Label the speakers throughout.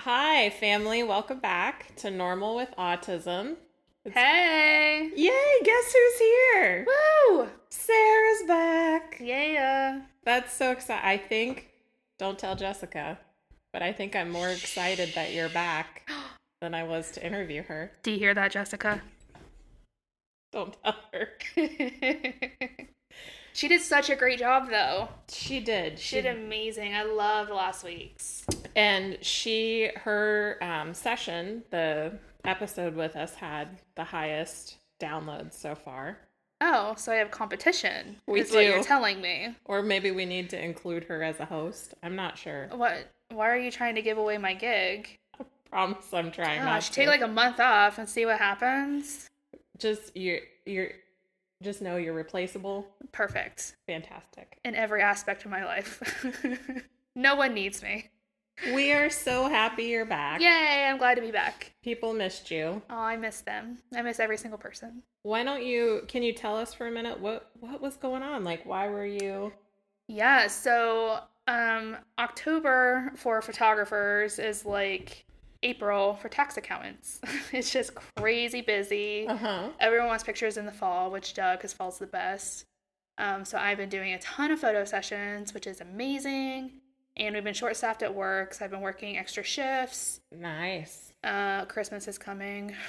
Speaker 1: Hi, family. Welcome back to Normal with Autism.
Speaker 2: Hey!
Speaker 1: Yay, guess who's here?
Speaker 2: Woo!
Speaker 1: Sarah's back.
Speaker 2: Yeah!
Speaker 1: That's so exciting. I think, don't tell Jessica, but I think I'm more excited that you're back than I was to interview her.
Speaker 2: Do you hear that, Jessica?
Speaker 1: Don't tell her.
Speaker 2: she did such a great job, though.
Speaker 1: She did.
Speaker 2: She did amazing. I loved last week's.
Speaker 1: And she, her um, session, the episode with us had the highest downloads so far.
Speaker 2: Oh, so I have competition.
Speaker 1: We
Speaker 2: is what
Speaker 1: do.
Speaker 2: you're telling me.
Speaker 1: Or maybe we need to include her as a host. I'm not sure.
Speaker 2: What? Why are you trying to give away my gig?
Speaker 1: promise I'm trying not
Speaker 2: Gosh,
Speaker 1: to.
Speaker 2: take like a month off and see what happens.
Speaker 1: just you're you're just know you're replaceable.
Speaker 2: Perfect
Speaker 1: Fantastic.
Speaker 2: in every aspect of my life. no one needs me.
Speaker 1: We are so happy you're back.
Speaker 2: Yay! I'm glad to be back.
Speaker 1: People missed you.
Speaker 2: Oh, I miss them. I miss every single person.
Speaker 1: Why don't you can you tell us for a minute what what was going on? Like why were you
Speaker 2: Yeah, so um October for photographers is like April for tax accountants. it's just crazy busy.
Speaker 1: Uh-huh.
Speaker 2: Everyone wants pictures in the fall, which doug because fall's the best. Um, so I've been doing a ton of photo sessions, which is amazing. And we've been short staffed at work, so I've been working extra shifts.
Speaker 1: Nice.
Speaker 2: Uh, Christmas is coming.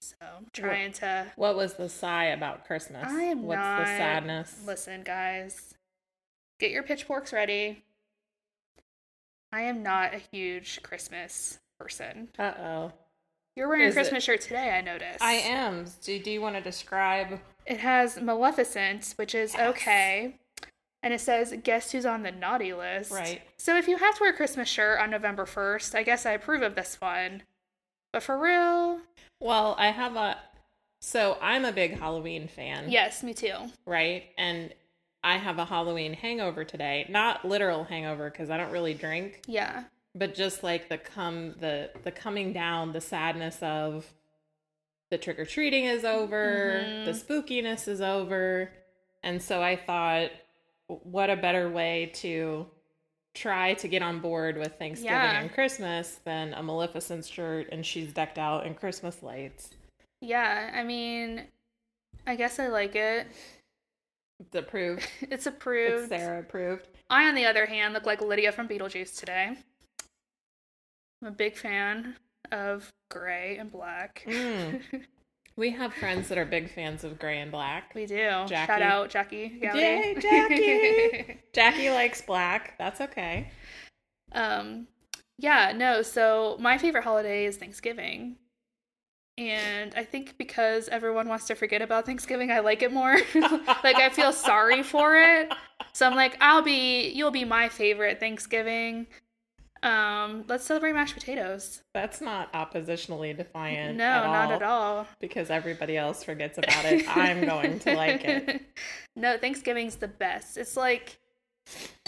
Speaker 2: So I'm trying to
Speaker 1: What was the sigh about Christmas?
Speaker 2: I am
Speaker 1: What's
Speaker 2: not
Speaker 1: the sadness?
Speaker 2: Listen, guys, get your pitchforks ready. I am not a huge Christmas person.
Speaker 1: Uh-oh.
Speaker 2: You're wearing
Speaker 1: Is
Speaker 2: a Christmas shirt today, I noticed.
Speaker 1: I am. Do, do you want to describe
Speaker 2: It has Maleficent, which is
Speaker 1: Yes.
Speaker 2: okay. And it says, guess who's on the naughty list?
Speaker 1: Right.
Speaker 2: So if you have to wear a Christmas shirt on November 1st, I guess I approve of this one. But for real,
Speaker 1: Well, I have a so I'm a big Halloween fan.
Speaker 2: yes, me too.
Speaker 1: right? And I have a Halloween hangover today. Not literal hangover because I don't really drink,
Speaker 2: Yeah.
Speaker 1: but just like the come the the coming down, the sadness of the trick or treating is over,
Speaker 2: Mhm.
Speaker 1: the spookiness is over. And so I thought what a better way to try to get on board with Thanksgiving
Speaker 2: Yeah.
Speaker 1: and Christmas than a Maleficent shirt and she's decked out in Christmas lights.
Speaker 2: Yeah, I mean, I guess I like it.
Speaker 1: It's approved.
Speaker 2: It's approved.
Speaker 1: It's Sarah approved.
Speaker 2: I, on the other hand, look like Lydia from Beetlejuice today. I'm a big fan of gray and black.
Speaker 1: Mm. We have friends that are big fans of gray and black.
Speaker 2: We do. Shout
Speaker 1: Jackie.
Speaker 2: out Jackie. Gowdy.
Speaker 1: Yay, Jackie! Jackie likes black. That's okay.
Speaker 2: um, yeah, no. So my favorite holiday is Thanksgiving, and I think because everyone wants to forget about Thanksgiving, I like it more. like I feel sorry for it. So I'm like, I'll be, you'll be my favorite Thanksgiving. Um, let's celebrate mashed potatoes.
Speaker 1: That's not oppositionally defiant.
Speaker 2: No,
Speaker 1: at
Speaker 2: not
Speaker 1: all,
Speaker 2: at all.
Speaker 1: Because everybody else forgets about it. I'm going to like it.
Speaker 2: No, Thanksgiving's the best. It's like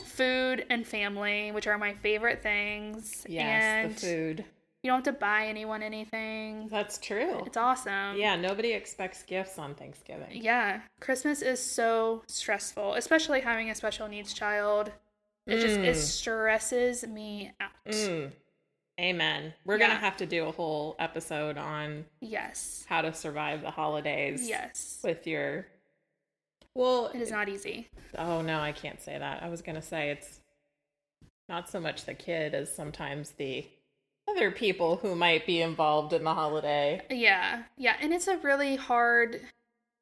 Speaker 2: food and family, which are my favorite things.
Speaker 1: Yes,
Speaker 2: and
Speaker 1: the food.
Speaker 2: you don't have to buy anyone anything.
Speaker 1: That's true.
Speaker 2: It's um, awesome.
Speaker 1: Yeah, nobody expects gifts on Thanksgiving.
Speaker 2: Yeah. Christmas is so stressful, especially having a special needs child. It just
Speaker 1: Mm.
Speaker 2: it stresses me out.
Speaker 1: Mm. Amen. We're
Speaker 2: Yeah.
Speaker 1: gonna have to do a whole episode on
Speaker 2: Yes.
Speaker 1: how to survive the holidays.
Speaker 2: Yes.
Speaker 1: With your well,
Speaker 2: It is not easy.
Speaker 1: Oh no, I can't say that. I was gonna say it's not so much the kid as sometimes the other people who might be involved in the holiday.
Speaker 2: Yeah, yeah, and it's a really hard,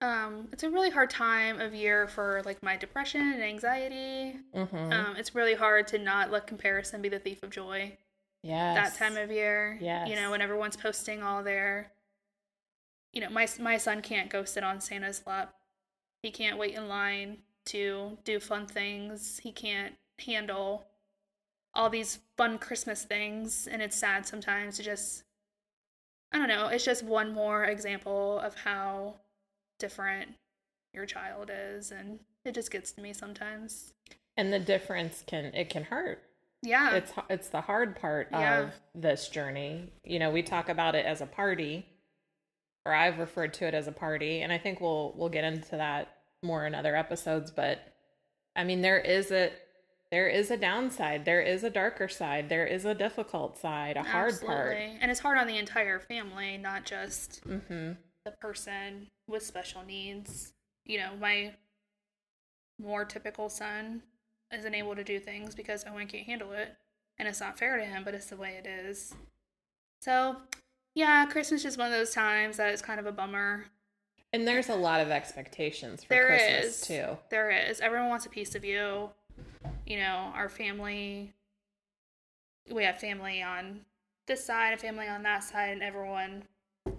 Speaker 2: um, it's a really hard time of year for like my depression and anxiety.
Speaker 1: Mm-hmm.
Speaker 2: Um, it's really hard to not let comparison be the thief of joy
Speaker 1: yes,
Speaker 2: that time of year.
Speaker 1: Yes.
Speaker 2: you know, when everyone's posting all their, you know, my my son can't go sit on Santa's lap. He can't wait in line to do fun things. He can't handle all these fun Christmas things, and it's sad sometimes to just. I don't know. It's just one more example of how different your child is, and it just gets to me sometimes.
Speaker 1: and the difference can it can hurt.
Speaker 2: Yeah.
Speaker 1: It's it's the hard part
Speaker 2: Yeah.
Speaker 1: of this journey. You know, we talk about it as a party, or I've referred to it as a party, and I think we'll we'll get into that more in other episodes. But I mean, there is a there is a downside, there is a darker side, there is a difficult side, a hard part.
Speaker 2: And it's hard on the entire family, not just
Speaker 1: Mm-hmm.
Speaker 2: the person with special needs. You know, my more typical son isn't able to do things because Owen can't handle it. And it's not fair to him, but it's the way it is. So, yeah, Christmas is one of those times that it's kind of a bummer.
Speaker 1: And there's a lot of expectations for
Speaker 2: There
Speaker 1: Christmas
Speaker 2: is.
Speaker 1: too.
Speaker 2: There is. Everyone wants a piece of you. You know, our family, we have family on this side, a family on that side, and everyone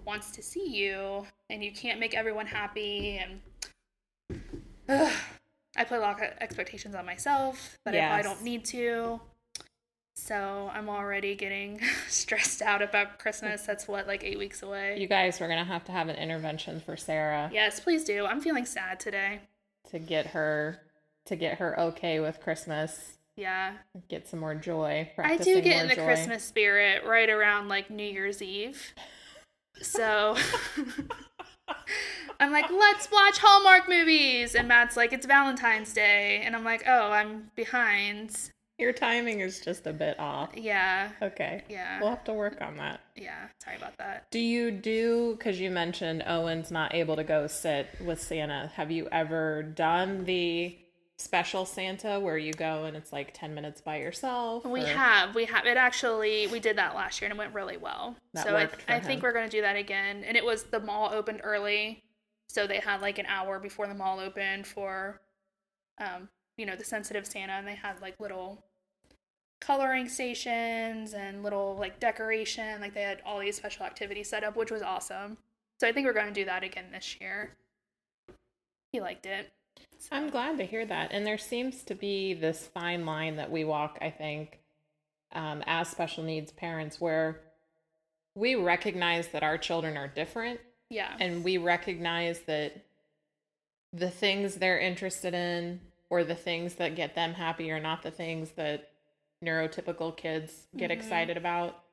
Speaker 2: wants to see you, and you can't make everyone happy. And ugh, I put a lot of expectations on myself that I
Speaker 1: Yes.
Speaker 2: probably don't need to. So I'm already getting stressed out about Christmas. That's what, like eight weeks away.
Speaker 1: You guys were gonna have to have an intervention for Sarah
Speaker 2: yes, please do. I'm feeling sad today.
Speaker 1: to get her to get her okay with Christmas,
Speaker 2: Yeah.
Speaker 1: get some more joy.
Speaker 2: I do
Speaker 1: practicing
Speaker 2: get
Speaker 1: more
Speaker 2: in the
Speaker 1: joy.
Speaker 2: Christmas spirit right around like New Year's Eve. So I'm like, let's watch Hallmark movies. And Matt's like, it's Valentine's Day. And I'm like, oh, I'm behind.
Speaker 1: Your timing is just a bit off.
Speaker 2: Yeah.
Speaker 1: Okay.
Speaker 2: Yeah.
Speaker 1: We'll have to work on that.
Speaker 2: Yeah. Sorry about that.
Speaker 1: Do you do, because you mentioned Owen's not able to go sit with Santa. Have you ever done the special Santa where you go and it's like 10 minutes by yourself?
Speaker 2: We
Speaker 1: or-
Speaker 2: have, we have. It actually, we did that last year and it went really well.
Speaker 1: That
Speaker 2: so I,
Speaker 1: worked for
Speaker 2: I think
Speaker 1: him.
Speaker 2: we're going to do that again. And it was the mall opened early, so they had like an hour before the mall opened for, um, you know, the sensitive Santa, and they had like little coloring stations and little like decoration. Like they had all these special activities set up, which was awesome. So I think we're going to do that again this year. He liked it.
Speaker 1: I'm glad to hear that. And there seems to be this fine line that we walk, I think, um, as special needs parents, where we recognize that our children are different
Speaker 2: Yeah.
Speaker 1: and we recognize that the things they're interested in or the things that get them happy are not the things that neurotypical kids get
Speaker 2: Mhm.
Speaker 1: excited about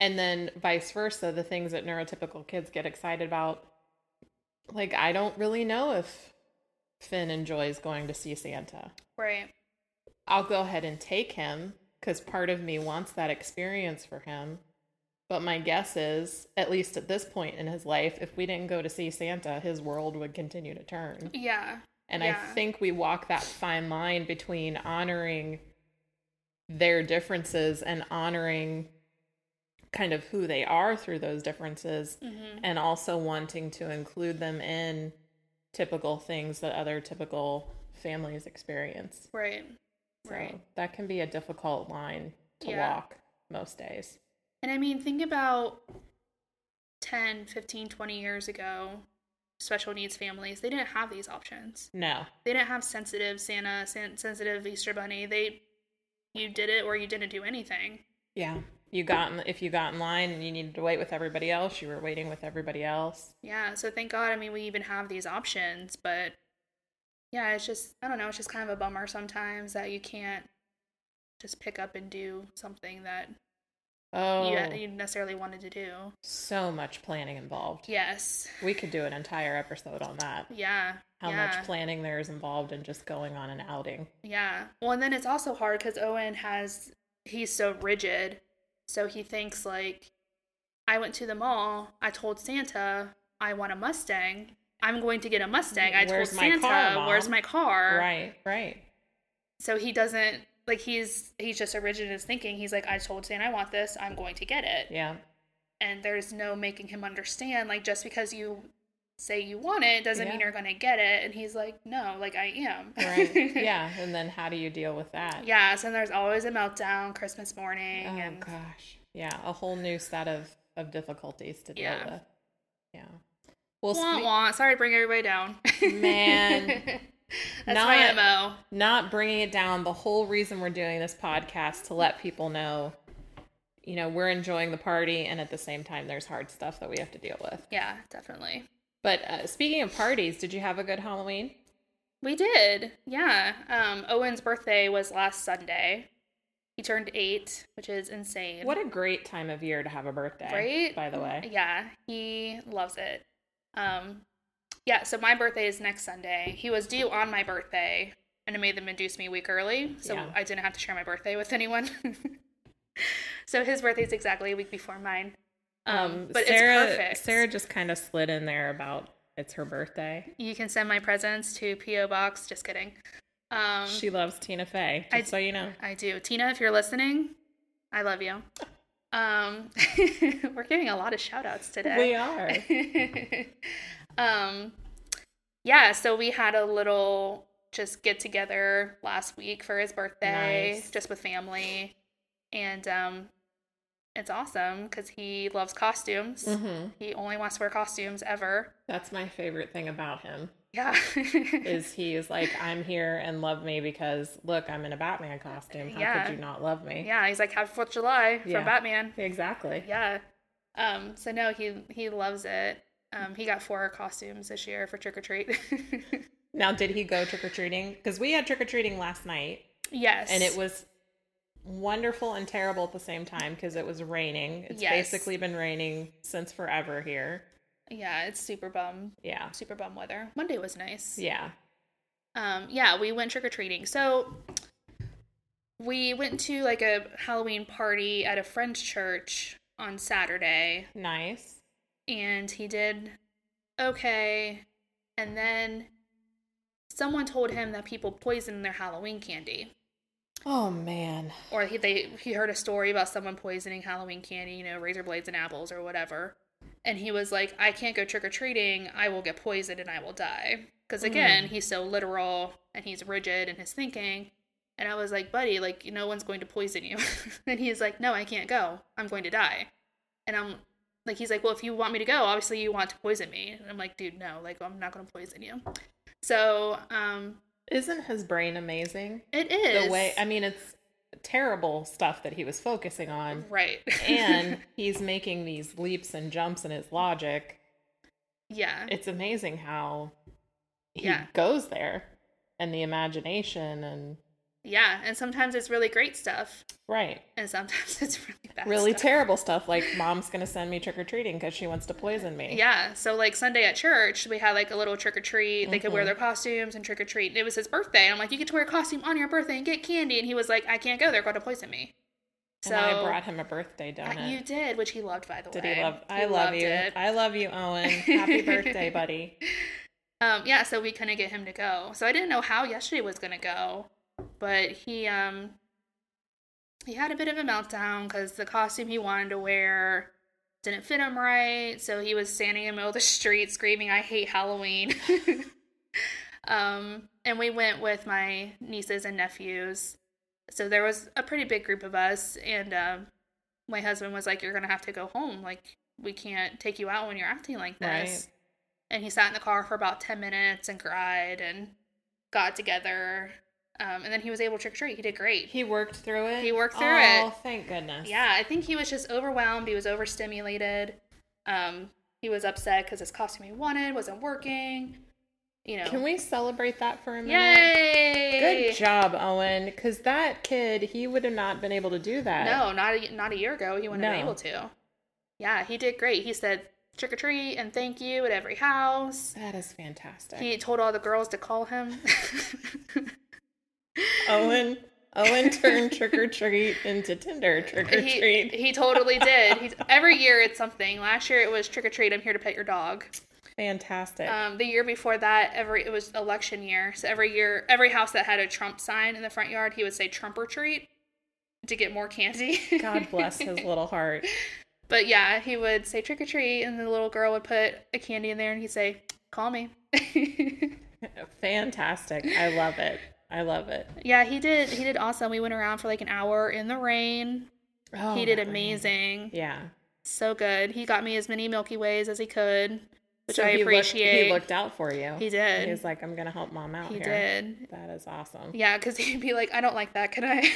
Speaker 1: and then vice versa the things that neurotypical kids get excited about like i don't really know if finn enjoys going to see santa
Speaker 2: right.
Speaker 1: I'll go ahead and take him because part of me wants that experience for him. But my guess is, at least at this point in his life, if we didn't go to see Santa, his world would continue to turn.
Speaker 2: Yeah.
Speaker 1: And
Speaker 2: Yeah.
Speaker 1: I think we walk that fine line between honoring their differences and honoring kind of who they are through those differences
Speaker 2: hmm
Speaker 1: and also wanting to include them in typical things that other typical families experience.
Speaker 2: Right.
Speaker 1: So
Speaker 2: Right.
Speaker 1: that can be a difficult line to
Speaker 2: Yeah.
Speaker 1: walk most days.
Speaker 2: And I mean, think about 10, 15, 20 years ago, special needs families, they didn't have these options.
Speaker 1: No.
Speaker 2: They didn't have sensitive Santa, sen- sensitive Easter Bunny. They, you did it or you didn't do anything.
Speaker 1: Yeah. You got in, if you got in line and you needed to wait with everybody else, you were waiting with everybody else.
Speaker 2: Yeah. So thank God, I mean, we even have these options, but yeah, it's just, I don't know, it's just kind of a bummer sometimes that you can't just pick up and do something that
Speaker 1: Oh,
Speaker 2: you, you necessarily wanted to do.
Speaker 1: so much planning involved.
Speaker 2: Yes.
Speaker 1: We could do an entire episode on that.
Speaker 2: Yeah.
Speaker 1: How
Speaker 2: yeah.
Speaker 1: much planning there is involved in just going on an outing.
Speaker 2: Yeah. Well, and then it's also hard because Owen has, he's so rigid. So he thinks, like, I went to the mall. I told Santa I want a Mustang. I'm going to get a Mustang. I
Speaker 1: Where's
Speaker 2: told
Speaker 1: my
Speaker 2: Santa,
Speaker 1: car, Mom?"
Speaker 2: where's my car?
Speaker 1: Right, right.
Speaker 2: So he doesn't, like, he's, he's just so rigid in his thinking. He's like, I told Santa I want this. I'm going to get it.
Speaker 1: Yeah.
Speaker 2: And there's no making him understand, like, just because you say you want it doesn't mean
Speaker 1: Yeah.
Speaker 2: you're going to get it. And he's like, no, like, I am.
Speaker 1: Right. yeah. And then how do you deal with that?
Speaker 2: Yes, and there's always a meltdown Christmas morning,
Speaker 1: Oh
Speaker 2: and
Speaker 1: gosh. Yeah, a whole new set of of difficulties to deal
Speaker 2: Yeah.
Speaker 1: with. Yeah. Well,
Speaker 2: wah,
Speaker 1: speak-
Speaker 2: wah. sorry to bring everybody down.
Speaker 1: Man.
Speaker 2: that's
Speaker 1: Not-
Speaker 2: my mo.
Speaker 1: not bringing it down the whole reason we're doing this podcast to let people know you know we're enjoying the party and at the same time there's hard stuff that we have to deal with
Speaker 2: Yeah, definitely.
Speaker 1: but uh, speaking of parties did you have a good halloween
Speaker 2: We did. Yeah. Um, Owen's birthday was last Sunday. He turned eight, which is insane.
Speaker 1: what a great time of year to have a birthday
Speaker 2: Right?
Speaker 1: by the way
Speaker 2: Yeah, he loves it. Um, yeah, so my birthday is next Sunday. He was due on my birthday, and it made them induce me a week early, so
Speaker 1: Yeah.
Speaker 2: I didn't have to share my birthday with anyone. so his birthday's exactly a week before mine. Um, but
Speaker 1: Sarah,
Speaker 2: it's perfect.
Speaker 1: Sarah just kind of slid in there about it's her birthday.
Speaker 2: you can send my presents to PO Box. Just kidding. Um,
Speaker 1: she loves Tina Fey,
Speaker 2: I-
Speaker 1: just so you know.
Speaker 2: I do. Tina, if you're listening, I love you. Um, we're giving a lot of shout outs
Speaker 1: We
Speaker 2: today.
Speaker 1: are.
Speaker 2: um, yeah, so we had a little just get together last week for his birthday,
Speaker 1: Nice.
Speaker 2: just with family. And um, it's awesome because he loves costumes.
Speaker 1: hmm
Speaker 2: He only wants to wear costumes ever.
Speaker 1: That's my favorite thing about him
Speaker 2: Yeah.
Speaker 1: is he is like, I'm here and love me because look, I'm in a Batman costume. How
Speaker 2: Yeah.
Speaker 1: could you not love me?
Speaker 2: yeah, he's like, Happy Fourth of July from
Speaker 1: Yeah.
Speaker 2: Batman.
Speaker 1: Exactly.
Speaker 2: Yeah. Um, so no, he he loves it. Um, he got four costumes this year for trick or treat.
Speaker 1: Now, did he go trick or treating? Because we had trick or treating last night,
Speaker 2: yes.
Speaker 1: and it was wonderful and terrible at the same time because it was raining. It's
Speaker 2: Yes.
Speaker 1: basically been raining since forever here.
Speaker 2: yeah, it's super bum,
Speaker 1: Yeah.
Speaker 2: super bum weather. Monday was nice.
Speaker 1: Yeah.
Speaker 2: Um, yeah, we went trick or treating. So we went to like a Halloween party at a friend's church on Saturday,
Speaker 1: Nice.
Speaker 2: and he did okay. And then someone told him that people poison their Halloween candy.
Speaker 1: Oh, man.
Speaker 2: or he they he heard a story about someone poisoning Halloween candy, you know, razor blades and apples or whatever. And he was like, I can't go trick or treating. I will get poisoned and I will die.
Speaker 1: Mm.
Speaker 2: Because again, he's so literal and he's rigid in his thinking. And I was like, buddy, like, no one's going to poison you. and he's like, no, I can't go. I'm going to die. And I'm like, he's like, well, if you want me to go, obviously you want to poison me. And I'm like, dude, no, like, I'm not going to poison you. So, um,
Speaker 1: Isn't his brain amazing?
Speaker 2: it is.
Speaker 1: The way, I mean, it's terrible stuff that he was focusing on.
Speaker 2: right.
Speaker 1: And he's making these leaps and jumps in his logic.
Speaker 2: yeah.
Speaker 1: It's amazing how he
Speaker 2: Yeah.
Speaker 1: goes there and the imagination and,
Speaker 2: Yeah, and sometimes it's really great stuff,
Speaker 1: right.
Speaker 2: and sometimes it's really bad.
Speaker 1: really
Speaker 2: stuff.
Speaker 1: terrible stuff like mom's gonna send me trick-or-treating because she wants to poison me
Speaker 2: Yeah, so like Sunday at church, we had like a little trick or treat. They
Speaker 1: Mm-hmm.
Speaker 2: could wear their costumes and trick or treat. It was his birthday, and I'm like, you get to wear a costume on your birthday and get candy. And he was like, I can't go. They're going to poison me. So
Speaker 1: and i brought him a birthday
Speaker 2: Uh,
Speaker 1: donut
Speaker 2: you did, which he loved, by the
Speaker 1: did
Speaker 2: way.
Speaker 1: he love i love
Speaker 2: loved
Speaker 1: you
Speaker 2: it.
Speaker 1: i love you owen happy birthday buddy
Speaker 2: Um, yeah, so we couldn't get him to go. So I didn't know how yesterday was gonna go, but he um he had a bit of a meltdown because the costume he wanted to wear didn't fit him right. So he was standing in the middle of the street screaming, "I hate Halloween." um, and we went with my nieces and nephews. So there was a pretty big group of us, and um, my husband was like, "You're gonna have to go home. Like we can't take you out when you're acting like this."
Speaker 1: Right.
Speaker 2: and he sat in the car for about 10 minutes and cried and got together um, and then he was able to trick or treat he did great
Speaker 1: he worked through it
Speaker 2: He worked through
Speaker 1: oh,
Speaker 2: it.
Speaker 1: thank goodness
Speaker 2: yeah i think he was just overwhelmed he was overstimulated um, he was upset because his costume he wanted wasn't working you know
Speaker 1: can we celebrate that for a minute
Speaker 2: yay
Speaker 1: good job owen because that kid he would have not been able to do that
Speaker 2: no not a, not a year ago he wouldn't have
Speaker 1: No.
Speaker 2: been able to yeah he did great he said trick or treat and thank you at every house
Speaker 1: that is fantastic
Speaker 2: he told all the girls to call him
Speaker 1: owen owen turned trick-or-treat into tinder trick-or-treat
Speaker 2: He, he totally did. He's, every year it's something. Last year it was trick or treat. I'm here to pet your dog.
Speaker 1: fantastic
Speaker 2: Um, the year before that, every it was election year, so every year, every house that had a Trump sign in the front yard, he would say Trump or treat to get more candy.
Speaker 1: god bless his little heart
Speaker 2: but yeah, he would say trick or treat, and the little girl would put a candy in there, and he'd say, "Call me."
Speaker 1: Fantastic. I love it. I love it.
Speaker 2: yeah, he did. He did awesome. We went around for like an hour in the rain.
Speaker 1: Oh,
Speaker 2: he did
Speaker 1: that rain.
Speaker 2: amazing.
Speaker 1: Yeah.
Speaker 2: So good. He got me as many Milky Ways as he could, which
Speaker 1: So
Speaker 2: I
Speaker 1: he looked-
Speaker 2: appreciate.
Speaker 1: he looked out for you.
Speaker 2: He did.
Speaker 1: He was like, I'm going to help mom out
Speaker 2: He
Speaker 1: here.
Speaker 2: did.
Speaker 1: That is awesome.
Speaker 2: Yeah, because he'd be like, I don't like that. Can I?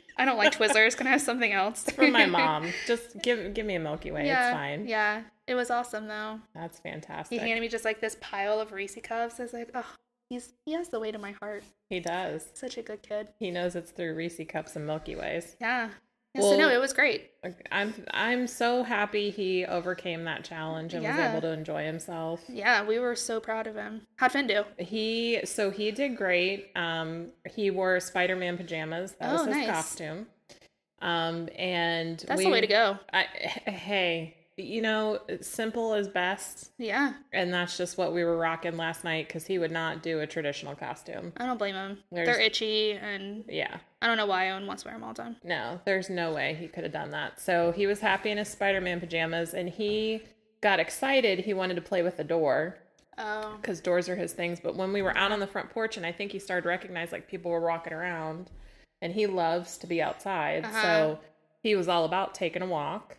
Speaker 2: I don't like Twizzlers. Can I have something else?
Speaker 1: For my mom, just give give me a Milky Way.
Speaker 2: yeah,
Speaker 1: it's fine.
Speaker 2: Yeah, it was awesome though.
Speaker 1: That's
Speaker 2: He
Speaker 1: fantastic.
Speaker 2: handed me just like this pile of Reese cups. I was like, oh, he's he has the way to my heart.
Speaker 1: he does.
Speaker 2: Such a good kid.
Speaker 1: He knows it's through Reese cups and Milky Ways.
Speaker 2: Yeah. Yeah, so no,
Speaker 1: Well-
Speaker 2: it was great.
Speaker 1: I'm I'm so happy he overcame that challenge and was
Speaker 2: Yeah.
Speaker 1: able to enjoy himself.
Speaker 2: Yeah, we were so proud of him. How'd Finn do?
Speaker 1: He so he did great. Um, he wore Spider-Man pajamas. That was
Speaker 2: Oh,
Speaker 1: his
Speaker 2: nice.
Speaker 1: costume. Um, and
Speaker 2: That's the way to go.
Speaker 1: I, hey, you know, simple is best,
Speaker 2: Yeah,
Speaker 1: and that's just what we were rocking last night because he would not do a traditional costume.
Speaker 2: I don't blame him. They're
Speaker 1: There's-
Speaker 2: itchy, and
Speaker 1: Yeah,
Speaker 2: I don't know why Owen wants to wear them all the time.
Speaker 1: No, there's no way he could have done that. So he was happy in his Spider Man pajamas and he got excited. He wanted to play with the door
Speaker 2: Oh,
Speaker 1: because doors are his things. But when we were out on the front porch, and I think he started to recognize like people were walking around and he loves to be outside.
Speaker 2: Uh-huh.
Speaker 1: So he was all about taking a walk.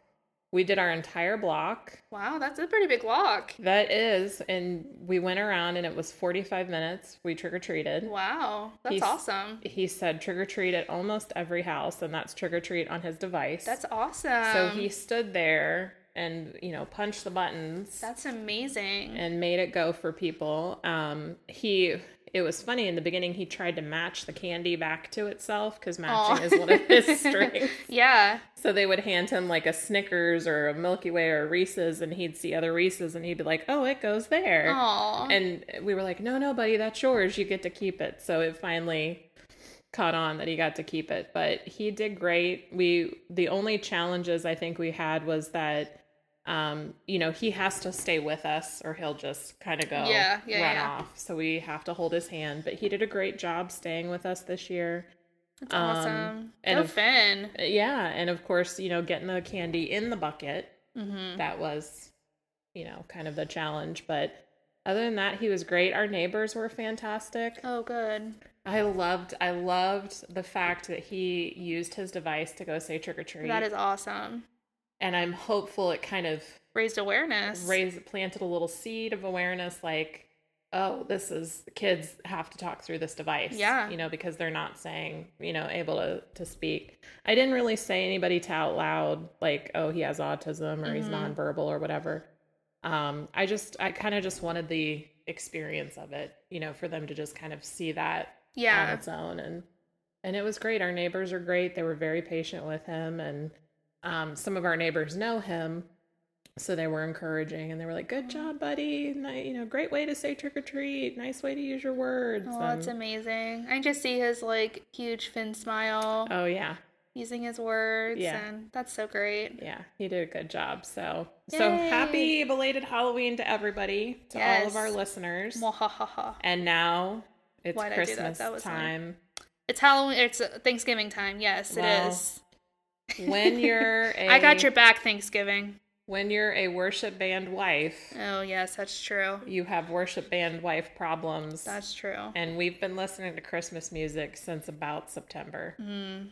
Speaker 1: We did our entire block.
Speaker 2: wow, that's a pretty big walk.
Speaker 1: That is, and we went around and it was 45 minutes. We trick or treated.
Speaker 2: Wow, that's
Speaker 1: He's-
Speaker 2: awesome.
Speaker 1: He said trick or treat at almost every house, and that's trick or treat on his device.
Speaker 2: That's awesome.
Speaker 1: So he stood there and, you know, punched the buttons
Speaker 2: That's amazing.
Speaker 1: and made it go for people. Um, he, it was funny in the beginning, he tried to match the candy back to itself because matching
Speaker 2: Aw.
Speaker 1: is one of his strengths.
Speaker 2: yeah.
Speaker 1: So they would hand him like a Snickers or a Milky Way or a Reese's, and he'd see other Reese's and he'd be like, oh, it goes there.
Speaker 2: Aw.
Speaker 1: And we were like, no, no, buddy, that's yours. You get to keep it. So it finally caught on that he got to keep it. But he did great. We the only challenges I think we had was that um, you know, he has to stay with us or he'll just kind of go
Speaker 2: Yeah, yeah,
Speaker 1: run
Speaker 2: yeah.
Speaker 1: off. So we have to hold his hand. But he did a great job staying with us this year.
Speaker 2: That's
Speaker 1: um,
Speaker 2: awesome.
Speaker 1: and
Speaker 2: Go
Speaker 1: if-
Speaker 2: Finn.
Speaker 1: Uh, Yeah, and of course, you know, getting the candy in the bucket
Speaker 2: Mm-hmm.
Speaker 1: that was you know, kind of the challenge, but other than that, he was great. Our neighbors were fantastic.
Speaker 2: Oh, good.
Speaker 1: I loved I loved the fact that he used his device to go say trick or treat.
Speaker 2: That is awesome.
Speaker 1: and I'm hopeful it kind of
Speaker 2: Raised awareness.
Speaker 1: raised planted a little seed of awareness like oh this is kids have to talk through this device
Speaker 2: Yeah.
Speaker 1: you know because they're not saying you know able to to speak i didn't really say anybody to out loud like oh he has autism or he's
Speaker 2: Mhm.
Speaker 1: nonverbal or whatever um i just i kind of just wanted the experience of it you know for them to just kind of see that on
Speaker 2: yeah.
Speaker 1: its own and and it was great our neighbors are great they were very patient with him and um, some of our neighbors know him so they were encouraging and they were like good job buddy Ni- you know great way to say trick or treat nice way to use your words
Speaker 2: Oh,
Speaker 1: and-
Speaker 2: that's amazing. I just see his like huge Finn smile
Speaker 1: oh yeah
Speaker 2: using his words,
Speaker 1: Yeah.
Speaker 2: and that's so great.
Speaker 1: yeah he did a good job so so
Speaker 2: Yay.
Speaker 1: happy belated halloween to everybody to all
Speaker 2: Yes.
Speaker 1: of our listeners
Speaker 2: Mwahahaha.
Speaker 1: and now it's
Speaker 2: Why'd I do that?
Speaker 1: christmas
Speaker 2: That was lame.
Speaker 1: time
Speaker 2: It's Halloween. It's uh, Thanksgiving time. Yes,
Speaker 1: Well,
Speaker 2: it is.
Speaker 1: when you're a
Speaker 2: I got your back, Thanksgiving.
Speaker 1: when you're a worship band wife
Speaker 2: Oh yes, that's true.
Speaker 1: you have worship band wife problems.
Speaker 2: That's true.
Speaker 1: and we've been listening to Christmas music since about September
Speaker 2: Mm.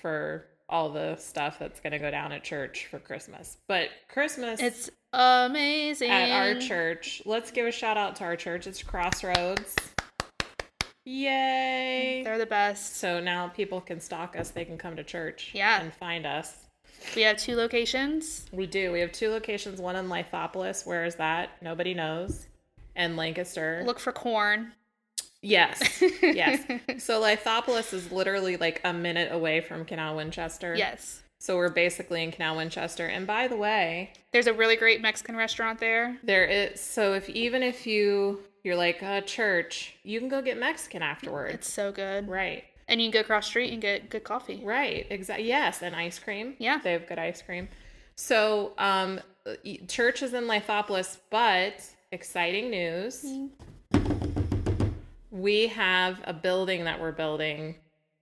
Speaker 1: for all the stuff that's going to go down at church for Christmas. But Christmas
Speaker 2: It's amazing.
Speaker 1: at our church, let's give a shout out to our church. It's Crossroads. Yay!
Speaker 2: They're the best.
Speaker 1: So now people can stalk us, they can come to church
Speaker 2: Yeah.
Speaker 1: and find us.
Speaker 2: We have two locations.
Speaker 1: We do. We have two locations one in Lithopolis. Where is that? Nobody knows. And Lancaster.
Speaker 2: Look for corn.
Speaker 1: Yes. Yes. so Lithopolis is literally like a minute away from Canal Winchester.
Speaker 2: Yes.
Speaker 1: So we're basically in Canal Winchester. And by the way,
Speaker 2: There's a really great Mexican restaurant there.
Speaker 1: there is so if even if you you're like a church, you can go get Mexican afterwards.
Speaker 2: It's so good.
Speaker 1: right.
Speaker 2: And you can go across street and get good coffee.
Speaker 1: Right. Exactly. Yes, and ice cream.
Speaker 2: Yeah.
Speaker 1: They have good ice cream. So, um y- church is in Lithopolis, but exciting news. We have a building that we're building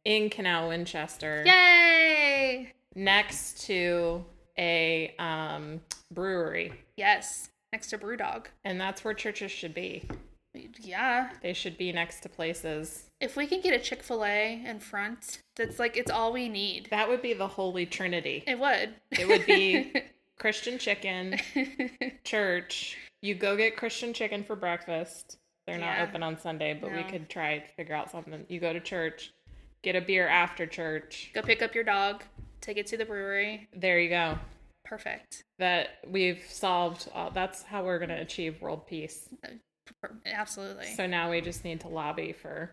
Speaker 1: in Canal Winchester.
Speaker 2: Yay!
Speaker 1: next to a um, brewery,
Speaker 2: Yes. Next to BrewDog.
Speaker 1: and that's where churches should be.
Speaker 2: Yeah.
Speaker 1: They should be next to places.
Speaker 2: If we can get a Chick fil A in front, that's like, it's all we need.
Speaker 1: That would be the holy trinity.
Speaker 2: It would.
Speaker 1: It would be Christian chicken, church. You go get Christian chicken for breakfast. They're not
Speaker 2: Yeah.
Speaker 1: open on Sunday, but we
Speaker 2: No.
Speaker 1: could try to figure out something. You go to church, get a beer after church.
Speaker 2: go pick up your dog, take it to the brewery.
Speaker 1: There you go.
Speaker 2: Perfect.
Speaker 1: That we've solved. All, that's how we're going to achieve world peace.
Speaker 2: Per- Absolutely.
Speaker 1: So now we just need to lobby for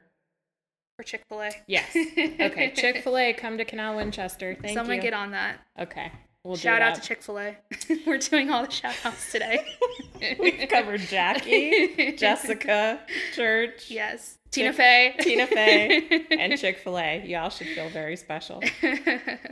Speaker 2: or Chick Fil A.
Speaker 1: Yes. Okay. Chick Fil A, come to Canal Winchester. Thank
Speaker 2: Someone
Speaker 1: you.
Speaker 2: get on that.
Speaker 1: okay. We'll do
Speaker 2: shout out
Speaker 1: that.
Speaker 2: to Chick Fil A. We're doing all the shout outs today.
Speaker 1: We've covered Jackie, Jessica, Church,
Speaker 2: Yes, Tina Fey.
Speaker 1: Tina Fey, and Chick Fil A. Y'all should feel very special.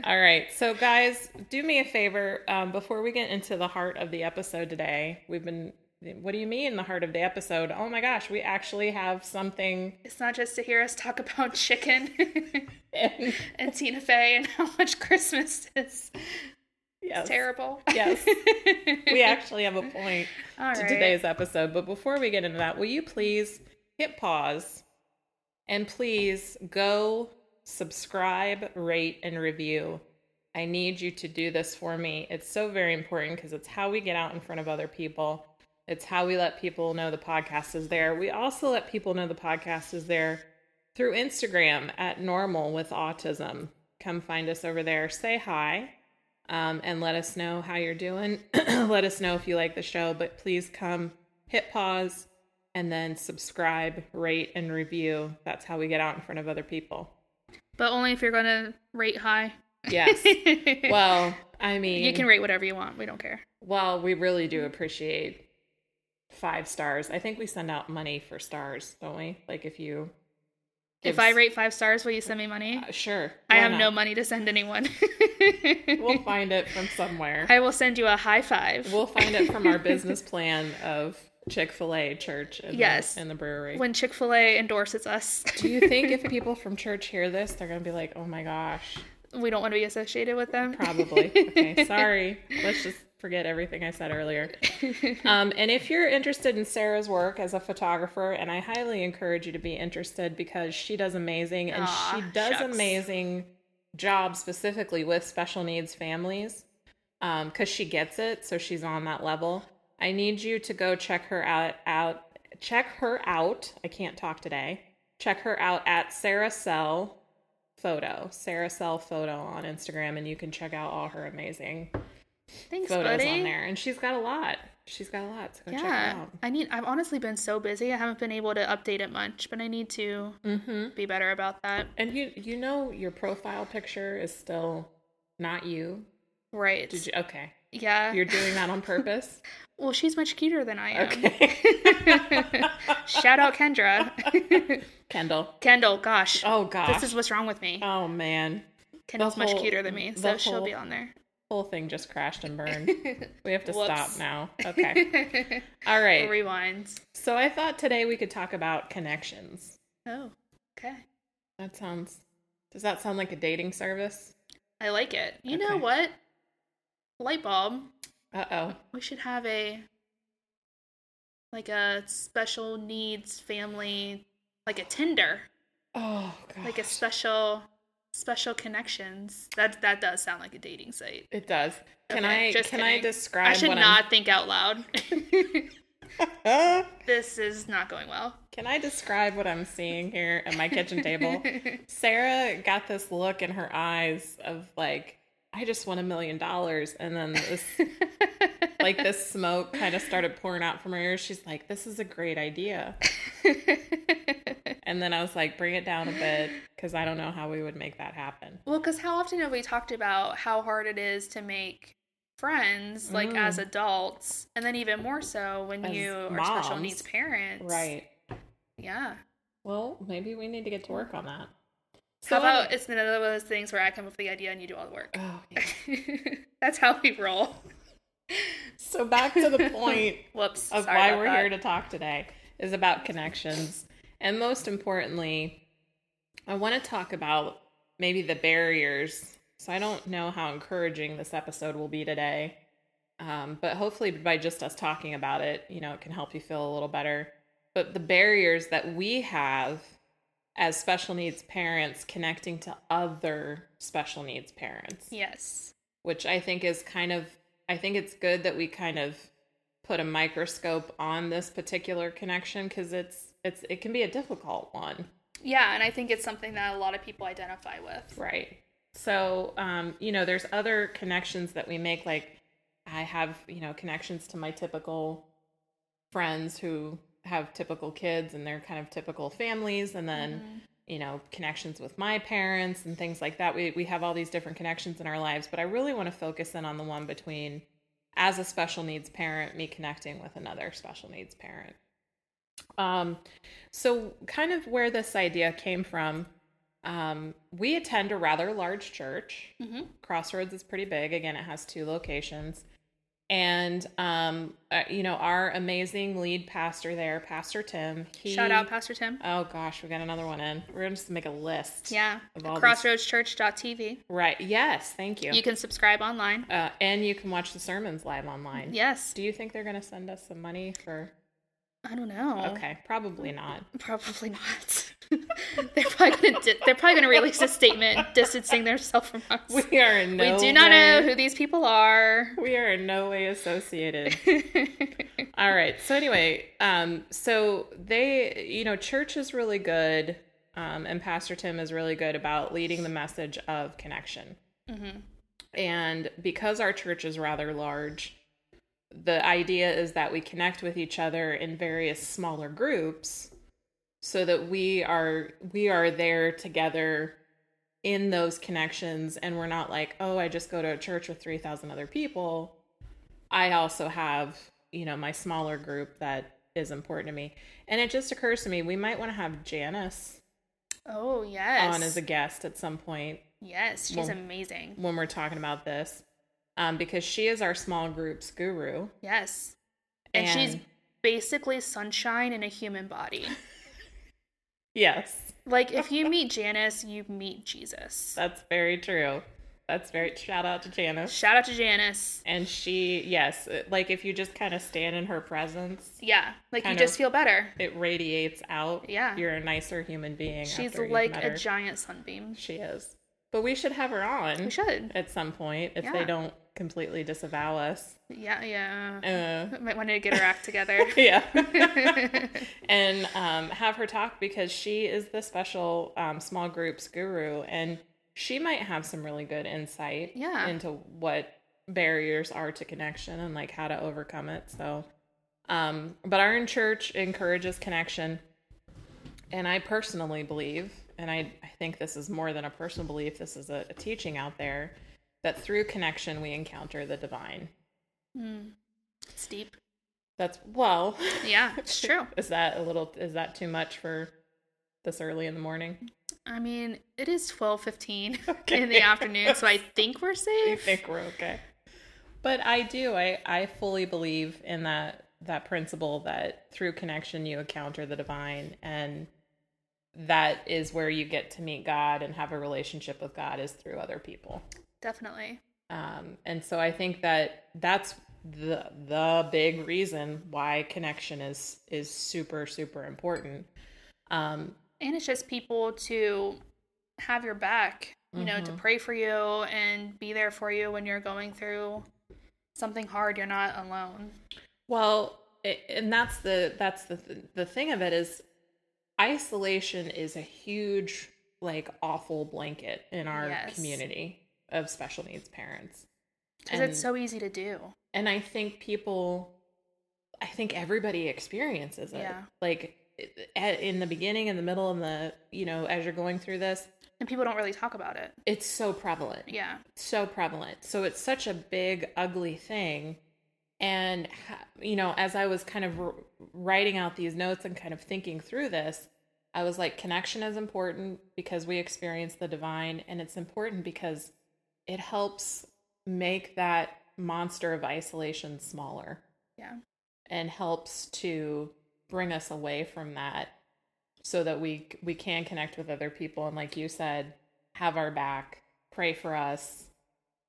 Speaker 1: All right. So, guys, do me a favor. Um, before we get into the heart of the episode today, we've been. What do you mean the heart of the episode? Oh my gosh, we actually have something.
Speaker 2: It's not just to hear us talk about chicken
Speaker 1: In,
Speaker 2: and Tina Fey and how much Christmas is
Speaker 1: yes.
Speaker 2: terrible.
Speaker 1: Yes. We actually have a point
Speaker 2: All
Speaker 1: to
Speaker 2: right.
Speaker 1: today's episode. But before we get into that, will you please hit pause and please go subscribe, rate, and review. I need you to do this for me. It's so very important because it's how we get out in front of other people. It's how we let people know the podcast is there. We also let people know the podcast is there through Instagram at normal with autism. Come find us over there. Say hi um, and let us know how you're doing. let us know if you like the show, but please come hit pause and then subscribe, rate, and review. That's how we get out in front of other people.
Speaker 2: But only if you're going to rate high.
Speaker 1: Yes. well, I mean,
Speaker 2: you can rate whatever you want. We don't care.
Speaker 1: well, we really do appreciate five stars. I think we send out money for stars, don't we? Like if you.
Speaker 2: If I rate five stars, will you send me money?
Speaker 1: Uh, sure.
Speaker 2: I
Speaker 1: why
Speaker 2: have no
Speaker 1: not?
Speaker 2: money to send anyone.
Speaker 1: We'll find it from somewhere.
Speaker 2: I will send you a high five.
Speaker 1: We'll find it from our business plan of Chick Fil A Church and
Speaker 2: Yes.
Speaker 1: the, and the brewery.
Speaker 2: when Chick Fil A endorses us,
Speaker 1: Do you think if people from church hear this, they're gonna be like, "Oh my gosh"?
Speaker 2: we don't want to be associated with them.
Speaker 1: Probably. Okay, sorry. Let's just forget everything I said earlier. Um, and if you're interested in Sarah's work as a photographer, and I highly encourage you to be interested because she does amazing, and
Speaker 2: Aw,
Speaker 1: she does
Speaker 2: shucks.
Speaker 1: amazing job specifically with special needs families because she gets it, so she's on that level. I need you to go check her out. Out, check her out. I can't talk today. Check her out at Sarah Cell Photo, Sarah Cell Photo on Instagram, and you can check out all her amazing
Speaker 2: Thanks,
Speaker 1: photos
Speaker 2: buddy.
Speaker 1: on there. And she's got a lot. She's got a lot. So go check her
Speaker 2: Yeah,
Speaker 1: out.
Speaker 2: I need. I've honestly been so busy. I haven't been able to update it much, but I need to
Speaker 1: Mm-hmm.
Speaker 2: be better about that.
Speaker 1: And you, you know, your profile picture is still not you.
Speaker 2: Right?
Speaker 1: Did you? Okay,
Speaker 2: yeah.
Speaker 1: you're doing that on purpose.
Speaker 2: Well, she's much cuter than I am.
Speaker 1: Okay.
Speaker 2: Shout out Kendra.
Speaker 1: Kendall.
Speaker 2: Kendall, gosh,
Speaker 1: Oh gosh.
Speaker 2: this is what's wrong with me.
Speaker 1: oh man.
Speaker 2: Kendall's much
Speaker 1: whole-
Speaker 2: cuter than me,
Speaker 1: the
Speaker 2: so she'll
Speaker 1: whole-
Speaker 2: be on there.
Speaker 1: Whole thing just crashed and burned. We have to stop
Speaker 2: Whoops.
Speaker 1: now. Okay. All right.
Speaker 2: Rewinds.
Speaker 1: So I thought today we could talk about connections.
Speaker 2: Oh, okay.
Speaker 1: That sounds. Does that sound like a dating service?
Speaker 2: I like it. You know
Speaker 1: Okay.
Speaker 2: what? Light bulb.
Speaker 1: Uh oh.
Speaker 2: We should have a like a special needs family, like a Tinder,
Speaker 1: Oh gosh.
Speaker 2: like a special special connections. That that does sound like a dating site.
Speaker 1: It does. Can
Speaker 2: Okay,
Speaker 1: I
Speaker 2: just
Speaker 1: can I
Speaker 2: kidding.
Speaker 1: describe?
Speaker 2: I should
Speaker 1: what
Speaker 2: not think out loud.
Speaker 1: I'm,
Speaker 2: this is not going well.
Speaker 1: can I describe what I'm seeing here at my kitchen table? Sarah got this look in her eyes of like, I just won a million dollars, and then this like this smoke kind of started pouring out from her ears. She's like, "This is a great idea," and then I was like, "Bring it down a bit," because I don't know how we would make that happen.
Speaker 2: Well, because how often have we talked about how hard it is to make friends, like
Speaker 1: Mm.
Speaker 2: as adults, and then even more so when
Speaker 1: As
Speaker 2: you are special
Speaker 1: moms.
Speaker 2: needs parents,
Speaker 1: Right.
Speaker 2: Yeah.
Speaker 1: Well, maybe we need to get to work on that.
Speaker 2: how about it's another one of those things where I come up with the idea and you do all the work.
Speaker 1: Oh, yeah.
Speaker 2: That's how we roll.
Speaker 1: So back to the point
Speaker 2: Whoops.
Speaker 1: of
Speaker 2: sorry
Speaker 1: why
Speaker 2: about
Speaker 1: we're
Speaker 2: that.
Speaker 1: here to talk today is about connections. And most importantly, I want to talk about maybe the barriers. So I don't know how encouraging this episode will be today. Um, but hopefully, by just us talking about it, you know, it can help you feel a little better. But the barriers that we have as special needs parents connecting to other special needs parents
Speaker 2: Yes.
Speaker 1: which I think is kind of I think it's good that we kind of put a microscope on this particular connection cuz it's it's it can be a difficult one,
Speaker 2: Yeah, and I think it's something that a lot of people identify with.
Speaker 1: right? So, um, you know, there's other connections that we make like I have, you know, connections to my typical friends who have typical kids and their kind of typical families and then
Speaker 2: Mhm.
Speaker 1: you know, connections with my parents and things like that. We we have all these different connections in our lives, but I really want to focus in on the one between as a special needs parent, me connecting with another special needs parent. Um, so kind of where this idea came from. Um, we attend a rather large church.
Speaker 2: Mm-hmm.
Speaker 1: Crossroads is pretty big. Again, it has two locations. And um, uh, you know, our amazing lead pastor there, Pastor Tim. He,
Speaker 2: Shout out, Pastor Tim.
Speaker 1: Oh gosh, we got another one in. We're gonna just make a list.
Speaker 2: Yeah.
Speaker 1: Of all these-
Speaker 2: Crossroadschurch.tv.
Speaker 1: Right. Yes. Thank you.
Speaker 2: You can subscribe online.
Speaker 1: uh, and you can watch the sermons live online.
Speaker 2: Yes.
Speaker 1: Do you think they're gonna send us some money for?
Speaker 2: I don't know.
Speaker 1: Okay, probably not.
Speaker 2: Probably not. they're probably gonna di- they're probably gonna release a statement distancing themselves from us. We,
Speaker 1: We are in no.
Speaker 2: do not
Speaker 1: way-
Speaker 2: know who these people are. Mm-hmm.
Speaker 1: We are in no way associated. All right. So anyway, um, so they, you know, church is really good, um, and Pastor Tim is really good about leading the message of connection.
Speaker 2: Mhm.
Speaker 1: And because our church is rather large, the idea is that we connect with each other in various smaller groups, so that we are we are there together in those connections, and we're not like, oh, I just go to a church with three thousand other people. I also have, you know, my smaller group that is important to me. And it just occurs to me we might want to have Janice
Speaker 2: Oh yes.
Speaker 1: on as a guest at some point
Speaker 2: yes, she's
Speaker 1: Well-
Speaker 2: amazing.
Speaker 1: when we're talking about this, um, because she is our small groups guru.
Speaker 2: Yes. And, she's
Speaker 1: And-
Speaker 2: basically sunshine in a human body.
Speaker 1: Yes,
Speaker 2: like if you meet Janice, you meet Jesus.
Speaker 1: that's very true. That's very shout out to Janice.
Speaker 2: Shout out to Janice.
Speaker 1: And she, yes, uh, like if you just kind of stand in her presence,
Speaker 2: Yeah. Like
Speaker 1: Kind
Speaker 2: you just
Speaker 1: of.
Speaker 2: feel better.
Speaker 1: it radiates out.
Speaker 2: Yeah.
Speaker 1: you're a nicer human being.
Speaker 2: She's
Speaker 1: after you've
Speaker 2: like
Speaker 1: met
Speaker 2: a
Speaker 1: her.
Speaker 2: giant sunbeam.
Speaker 1: She is. But we should have her on.
Speaker 2: We should.
Speaker 1: at some point if
Speaker 2: Yeah.
Speaker 1: they don't completely disavow us.
Speaker 2: Yeah, yeah.
Speaker 1: Uh,
Speaker 2: Might want to get her act together.
Speaker 1: yeah. and um, have her talk because she is the special um, small groups guru and she might have some really good insight
Speaker 2: Yeah.
Speaker 1: into what barriers are to connection and like how to overcome it. So, um, but our in church encourages connection. And I personally believe, and I, I think this is more than a personal belief, this is a, a teaching out there, that through connection we encounter the divine.
Speaker 2: Mm. It's deep.
Speaker 1: That's, well,
Speaker 2: Yeah, it's true.
Speaker 1: Is that a little? Is that too much for this early in the morning?
Speaker 2: I mean, it is twelve fifteen in
Speaker 1: Okay.
Speaker 2: the afternoon, so I think we're
Speaker 1: I
Speaker 2: safe.
Speaker 1: think we're okay. But I do. I I fully believe in that that principle that through connection you encounter the divine, and that is where you get to meet God and have a relationship with God is through other people.
Speaker 2: Definitely.
Speaker 1: Um, and so I think that that's the the big reason why connection is is super super important. Um,
Speaker 2: And it's just people to have your back, you know,
Speaker 1: Mm-hmm.
Speaker 2: to pray for you and be there for you when you're going through something hard. You're not alone.
Speaker 1: Well, a- and that's the that's the the thing of it is isolation is a huge like awful blanket in our
Speaker 2: Yes.
Speaker 1: community of special needs parents.
Speaker 2: Because
Speaker 1: And,
Speaker 2: it's so easy to do.
Speaker 1: and I think people I think everybody experiences it.
Speaker 2: Yeah.
Speaker 1: Like i- at- in the beginning, in the middle, in the you know, as you're going through this,
Speaker 2: And people don't really talk about it.
Speaker 1: it's so prevalent
Speaker 2: Yeah.
Speaker 1: so prevalent. So it's such a big, ugly thing. And, ha- you know, as I was kind of r- writing out these notes and kind of thinking through this, I was like, connection is important because we experience the divine. And it's important because it helps make that monster of isolation smaller
Speaker 2: Yeah.
Speaker 1: and helps to bring us away from that so that we we can connect with other people and like you said have our back pray for us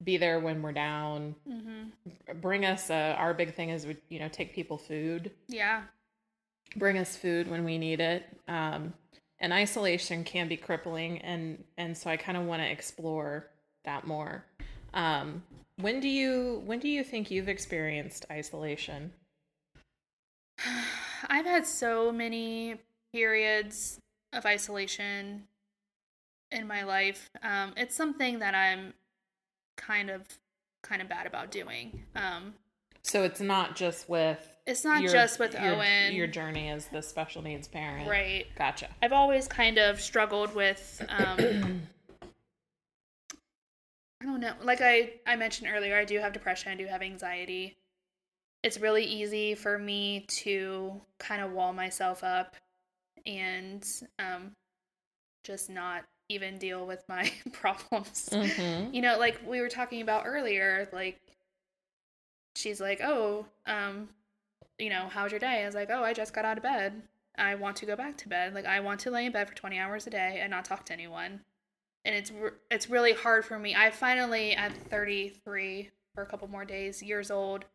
Speaker 1: be there when we're down
Speaker 2: hmm
Speaker 1: bring us uh, our big thing is we you know take people food
Speaker 2: Yeah.
Speaker 1: bring us food when we need it um and isolation can be crippling and and so i kind of want to explore that more um when do you when do you think you've experienced isolation
Speaker 2: I've had so many periods of isolation in my life. Um, it's something that I'm kind of kind of bad about doing. Um,
Speaker 1: So it's not just with
Speaker 2: it's not
Speaker 1: your-
Speaker 2: just with
Speaker 1: your-
Speaker 2: Owen.
Speaker 1: Your journey as the special needs parent.
Speaker 2: right.
Speaker 1: Gotcha.
Speaker 2: I've always kind of struggled with um I don't know. Like I I mentioned earlier, I do have depression, I do have anxiety. It's really easy for me to kind of wall myself up and um just not even deal with my problems
Speaker 1: Mm-hmm.
Speaker 2: you know like we were talking about earlier like she's like oh um you know how's your day i was like oh i just got out of bed i want to go back to bed like i want to lay in bed for 20 hours a day and not talk to anyone and it's re- it's really hard for me i finally at 33 for a couple more days years old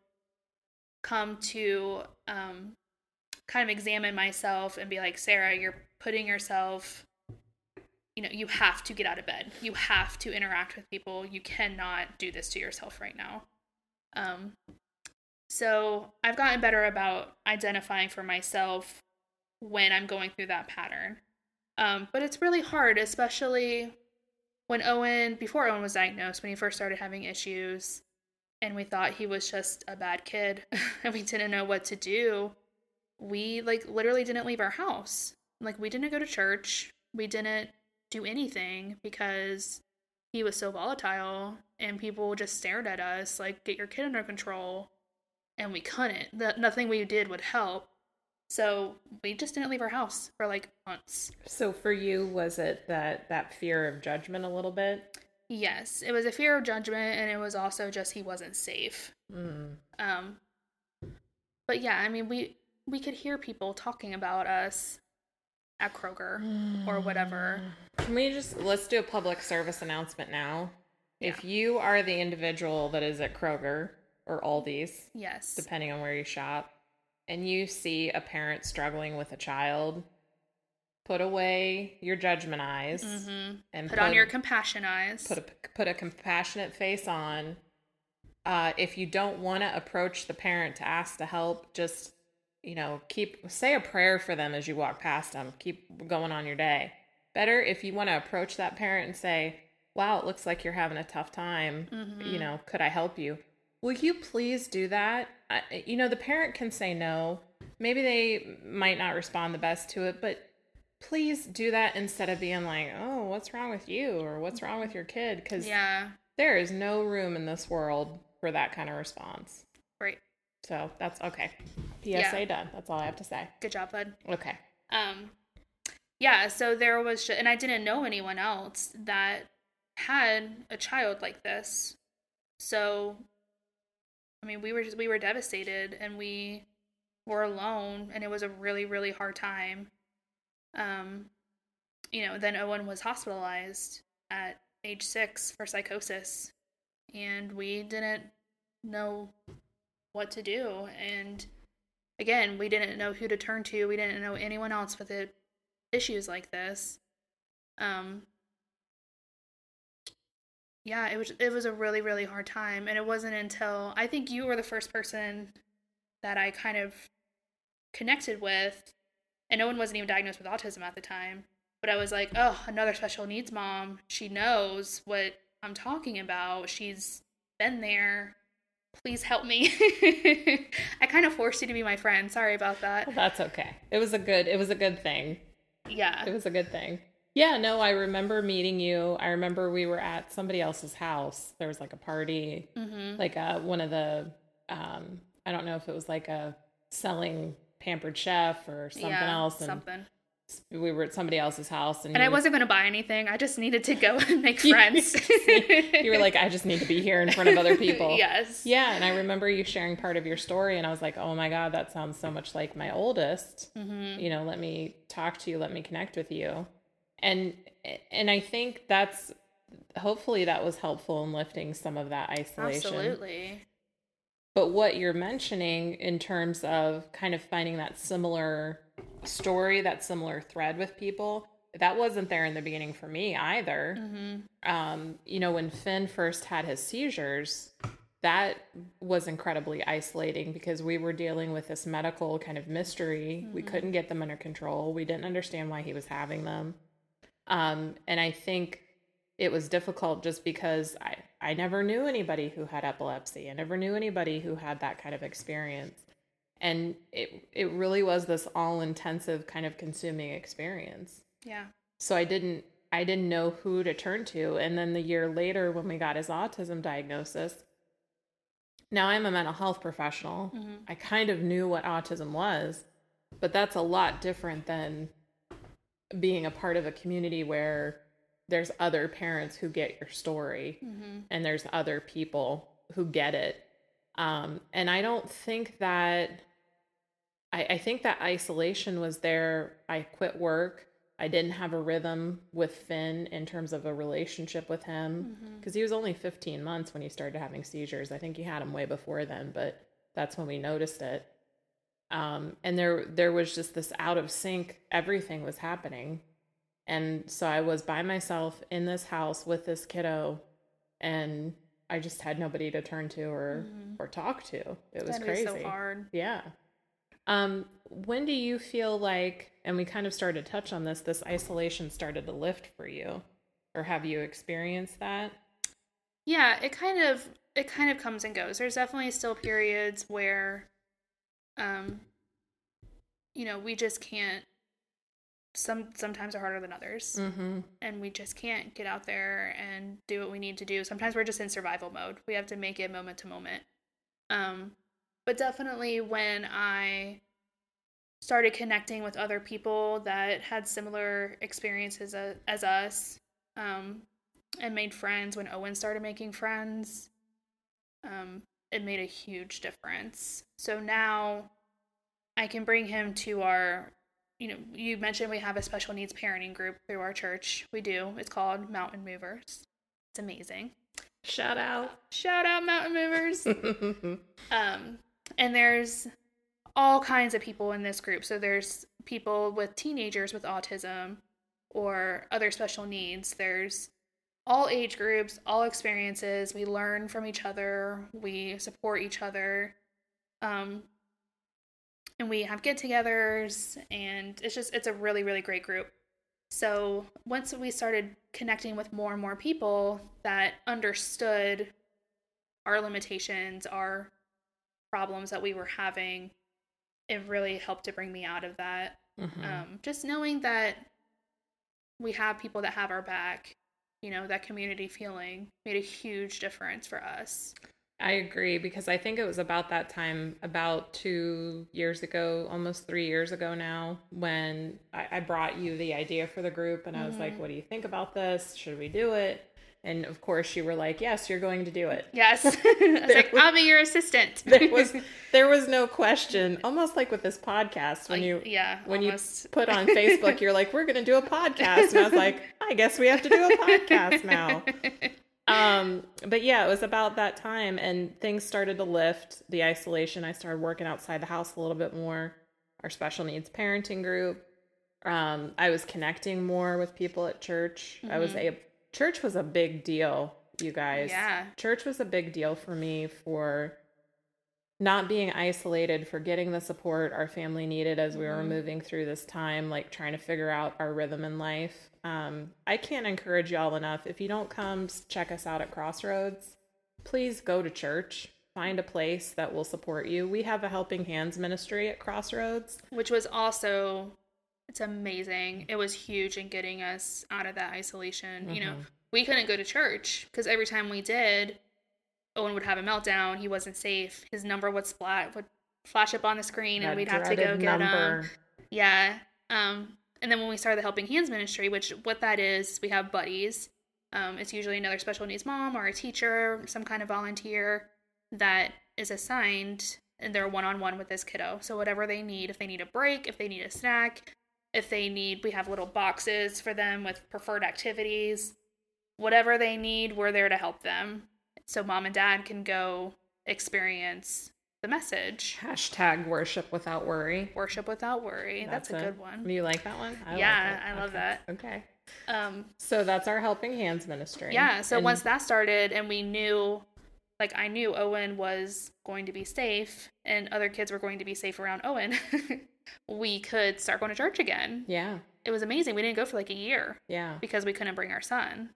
Speaker 2: come to um kind of examine myself and be like sarah you're putting yourself you know, you have to get out of bed. You have to interact with people. You cannot do this to yourself right now. Um, so I've gotten better about identifying for myself when I'm going through that pattern. Um, but it's really hard, especially when Owen, before Owen was diagnosed, when he first started having issues and we thought he was just a bad kid and we didn't know what to do. We like literally didn't leave our house. Like we didn't go to church. We didn't do anything because he was so volatile and people just stared at us like get your kid under control and we couldn't that nothing we did would help so we just didn't leave our house for like months
Speaker 1: So for you, was it that that fear of judgment a little bit?
Speaker 2: yes it was a fear of judgment and it was also just he wasn't safe
Speaker 1: Mm.
Speaker 2: Um, but yeah, I mean, we we could hear people talking about us at Kroger or whatever.
Speaker 1: Can we just let's do a public service announcement now? If you are the individual that is at Kroger or Aldi's,
Speaker 2: Yes,
Speaker 1: depending on where you shop, and you see a parent struggling with a child, put away your judgment eyes
Speaker 2: hmm
Speaker 1: and
Speaker 2: put on your compassion eyes.
Speaker 1: put a, put a compassionate face on. Uh, if you don't want to approach the parent to ask to help, just you know, keep say a prayer for them as you walk past them. Keep going on your day. Better if you want to approach that parent and say, "Wow, it looks like you're having a tough time.
Speaker 2: Mm-hmm.
Speaker 1: You know, could I help you?" Will you please do that? I, you know, the parent can say no. Maybe they might not respond the best to it, but please do that instead of being like, "Oh, what's wrong with you?" or "What's wrong with your kid?" because
Speaker 2: yeah,
Speaker 1: there is no room in this world for that kind of response.
Speaker 2: right.
Speaker 1: So that's okay. PSA
Speaker 2: Yeah.
Speaker 1: done. That's all I have to say.
Speaker 2: Good job, bud.
Speaker 1: Okay.
Speaker 2: Um, yeah. So there was, ju- and I didn't know anyone else that had a child like this. So, I mean, we were just, we were devastated, and we were alone, and it was a really really hard time. Um, you know, then Owen was hospitalized at age six for psychosis, and we didn't know what to do, and again, we didn't know who to turn to. We didn't know anyone else with it, issues like this. Um, yeah, it was it was a really really hard time, and it wasn't until I think you were the first person that I kind of connected with, and no one wasn't even diagnosed with autism at the time. But I was like, oh, another special needs mom. She knows what I'm talking about. She's been there. Please help me. I kind of forced you to be my friend. Sorry about that.
Speaker 1: That's okay. It was a good it was a good thing. It
Speaker 2: Yeah.
Speaker 1: was a good thing. Yeah, no, I remember meeting you. I remember we were at somebody else's house. There was like a party,
Speaker 2: Mm-hmm.
Speaker 1: like uh one of the um I don't know if it was like a selling pampered chef or something
Speaker 2: yeah,
Speaker 1: else and
Speaker 2: Something.
Speaker 1: we were at somebody else's house and,
Speaker 2: And
Speaker 1: you
Speaker 2: I
Speaker 1: were-
Speaker 2: wasn't going to buy anything. I just needed to go and make friends.
Speaker 1: you were like I just need to be here in front of other people.
Speaker 2: yes.
Speaker 1: Yeah, and I remember you sharing part of your story, and I was like, oh my God, that sounds so much like my oldest.
Speaker 2: Mm-hmm.
Speaker 1: You know, let me talk to you, let me connect with you. And and I think that's hopefully that was helpful in lifting some of that isolation.
Speaker 2: Absolutely.
Speaker 1: But what you're mentioning in terms of kind of finding that similar story, that similar thread with people, that wasn't there in the beginning for me either
Speaker 2: Mm-hmm.
Speaker 1: um, you know, when Finn first had his seizures, that was incredibly isolating because we were dealing with this medical kind of mystery. We couldn't get them under control. We didn't understand why he was having them. Um, and I think it was difficult just because I, I never knew anybody who had epilepsy. I never knew anybody who had that kind of experience. and it it really was this all intensive kind of consuming experience
Speaker 2: Yeah.
Speaker 1: so i didn't i didn't know who to turn to and then the year later when we got his autism diagnosis now i'm a mental health professional
Speaker 2: Mhm.
Speaker 1: i kind of knew what autism was but that's a lot different than being a part of a community where there's other parents who get your story
Speaker 2: Mm-hmm.
Speaker 1: and there's other people who get it. Um, and I don't think that I, I think that isolation was there. I quit work. I didn't have a rhythm with Finn in terms of a relationship with him
Speaker 2: Mm-hmm.
Speaker 1: because he was only 15 months when he started having seizures. I think he had him way before then, but that's when we noticed it. Um, and there there was just this out of sync. Everything was happening, and so I was by myself in this house with this kiddo, and I just had nobody to turn to or
Speaker 2: Mhm.
Speaker 1: or talk to. It was
Speaker 2: That'd
Speaker 1: crazy.
Speaker 2: be so hard.
Speaker 1: Yeah. Um, when do you feel like, and we kind of started to touch on this, this isolation started to lift for you, or have you experienced that?
Speaker 2: yeah it kind of it kind of comes and goes there's definitely still periods where um you know we just can't some sometimes are harder than others
Speaker 1: Mm-hmm.
Speaker 2: and we just can't get out there and do what we need to do sometimes we're just in survival mode we have to make it moment to moment um but definitely when i started connecting with other people that had similar experiences as, as us um, and made friends when owen started making friends um, it made a huge difference so now i can bring him to our you know you mentioned we have a special needs parenting group through our church we do it's called mountain movers it's amazing
Speaker 1: Shout out.
Speaker 2: shout out mountain movers
Speaker 1: mm-hmm.
Speaker 2: um, and there's all kinds of people in this group. So there's people with teenagers with autism or other special needs. There's all age groups, all experiences. We learn from each other, we support each other. Um, and we have get togethers, and it's just, it's a really, really great group. So once we started connecting with more and more people that understood our limitations, our problems that we were having, it really helped to bring me out of that.
Speaker 1: Hmm.
Speaker 2: Um, just knowing that we have people that have our back, you know, that community feeling made a huge difference for us.
Speaker 1: I agree because I think it was about that time, about two years ago, almost three years ago now, when I, I brought you the idea for the group and I was like,
Speaker 2: Mhm.
Speaker 1: what do you think about this? Should we do it? And of course, you were like, yes, you're going to do it.
Speaker 2: Yes. I was like, I'll be your assistant.
Speaker 1: There was there was no question, almost like with this podcast when
Speaker 2: Like,
Speaker 1: you
Speaker 2: yeah,
Speaker 1: when you
Speaker 2: almost.
Speaker 1: put on Facebook, you're like, we're going to do a podcast. And I was like, I guess we have to do a podcast now. Um, but yeah, it was about that time and things started to lift the isolation. I started working outside the house a little bit more, our special needs parenting group. Um, I was connecting more with people at church. I was a church was a big deal, you guys.
Speaker 2: Mm-hmm. Yeah.
Speaker 1: Church was a big deal for me for not being isolated, for getting the support our family needed as we were
Speaker 2: Mhm.
Speaker 1: moving through this time, like trying to figure out our rhythm in life. Um, I can't encourage y'all enough. If you don't come s- check us out at Crossroads, please go to church. Find a place that will support you. We have a helping hands ministry at Crossroads.
Speaker 2: Which was also, it's amazing. It was huge in getting us out of that isolation. You know,
Speaker 1: Mhm.
Speaker 2: we couldn't go to church because every time we did, Owen would have a meltdown. He wasn't safe. His number would splat would flash up on the screen, and
Speaker 1: That
Speaker 2: we'd have to go
Speaker 1: dreaded
Speaker 2: get him.
Speaker 1: number.
Speaker 2: Yeah. Um. And then when we started the Helping Hands Ministry, which what that is, we have buddies. Um, it's usually another special needs mom or a teacher, some kind of volunteer that is assigned, and they're one on one with this kiddo. So whatever they need, if they need a break, if they need a snack, if they need, we have little boxes for them with preferred activities. Whatever they need, we're there to help them. So mom and dad can go experience the message.
Speaker 1: Hashtag worship without worry.
Speaker 2: Worship without worry. That's, a, good one.
Speaker 1: You like that one? like
Speaker 2: Yeah,
Speaker 1: it.
Speaker 2: I love
Speaker 1: Okay.
Speaker 2: that.
Speaker 1: Okay.
Speaker 2: Um,
Speaker 1: So that's our helping hands ministry.
Speaker 2: yeah. So
Speaker 1: And-
Speaker 2: once that started, and we knew, like, I knew Owen was going to be safe, and other kids were going to be safe around Owen. we could start going to church again.
Speaker 1: Yeah.
Speaker 2: It was amazing. We didn't go for like a year
Speaker 1: Yeah.
Speaker 2: because we couldn't bring our son.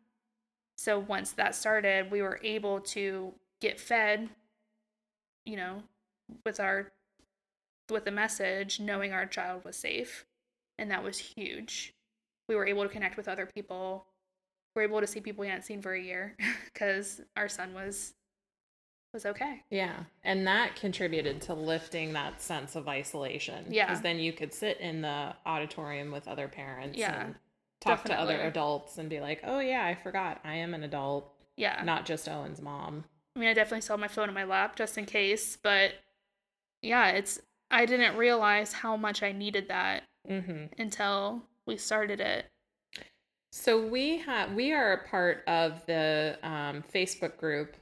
Speaker 2: So once that started, we were able to get fed. You know, with our with a message knowing our child was safe. And that was huge. We were able to connect with other people. We were able to see people we hadn't seen for a year because our son was was okay.
Speaker 1: Yeah. And that contributed to lifting that sense of isolation.
Speaker 2: Yeah.
Speaker 1: Because then you could sit in the auditorium with other parents
Speaker 2: Yeah,
Speaker 1: and talk
Speaker 2: definitely.
Speaker 1: to other adults and be like, oh, yeah, I forgot. I am an adult,
Speaker 2: Yeah.
Speaker 1: not just Owen's mom.
Speaker 2: I mean, I definitely saw my phone in my lap just in case, but yeah, it's I didn't realize how much I needed that Mm-hmm.
Speaker 1: hmm
Speaker 2: until we started it.
Speaker 1: So we have we are a part of the um, Facebook group.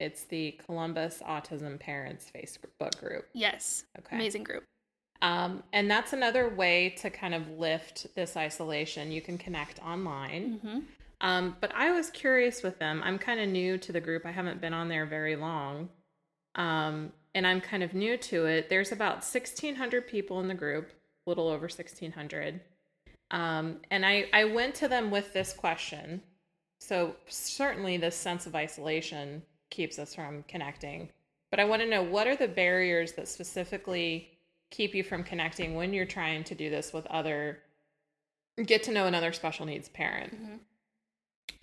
Speaker 1: It's the Columbus Autism Parents Facebook group.
Speaker 2: Yes.
Speaker 1: Okay.
Speaker 2: Amazing group.
Speaker 1: Um, and that's another way to kind of lift this isolation. You can connect online.
Speaker 2: Mm-hmm.
Speaker 1: Um, but I was curious with them. I'm kind of new to the group. I haven't been on there very long. Um, and I'm kind of new to it. There's about 1,600 people in the group, a little over 1,600. Um, and I, I went to them with this question. So, certainly, this sense of isolation keeps us from connecting. But I want to know what are the barriers that specifically keep you from connecting when you're trying to do this with other, get to know another special needs parent?
Speaker 2: Mhm.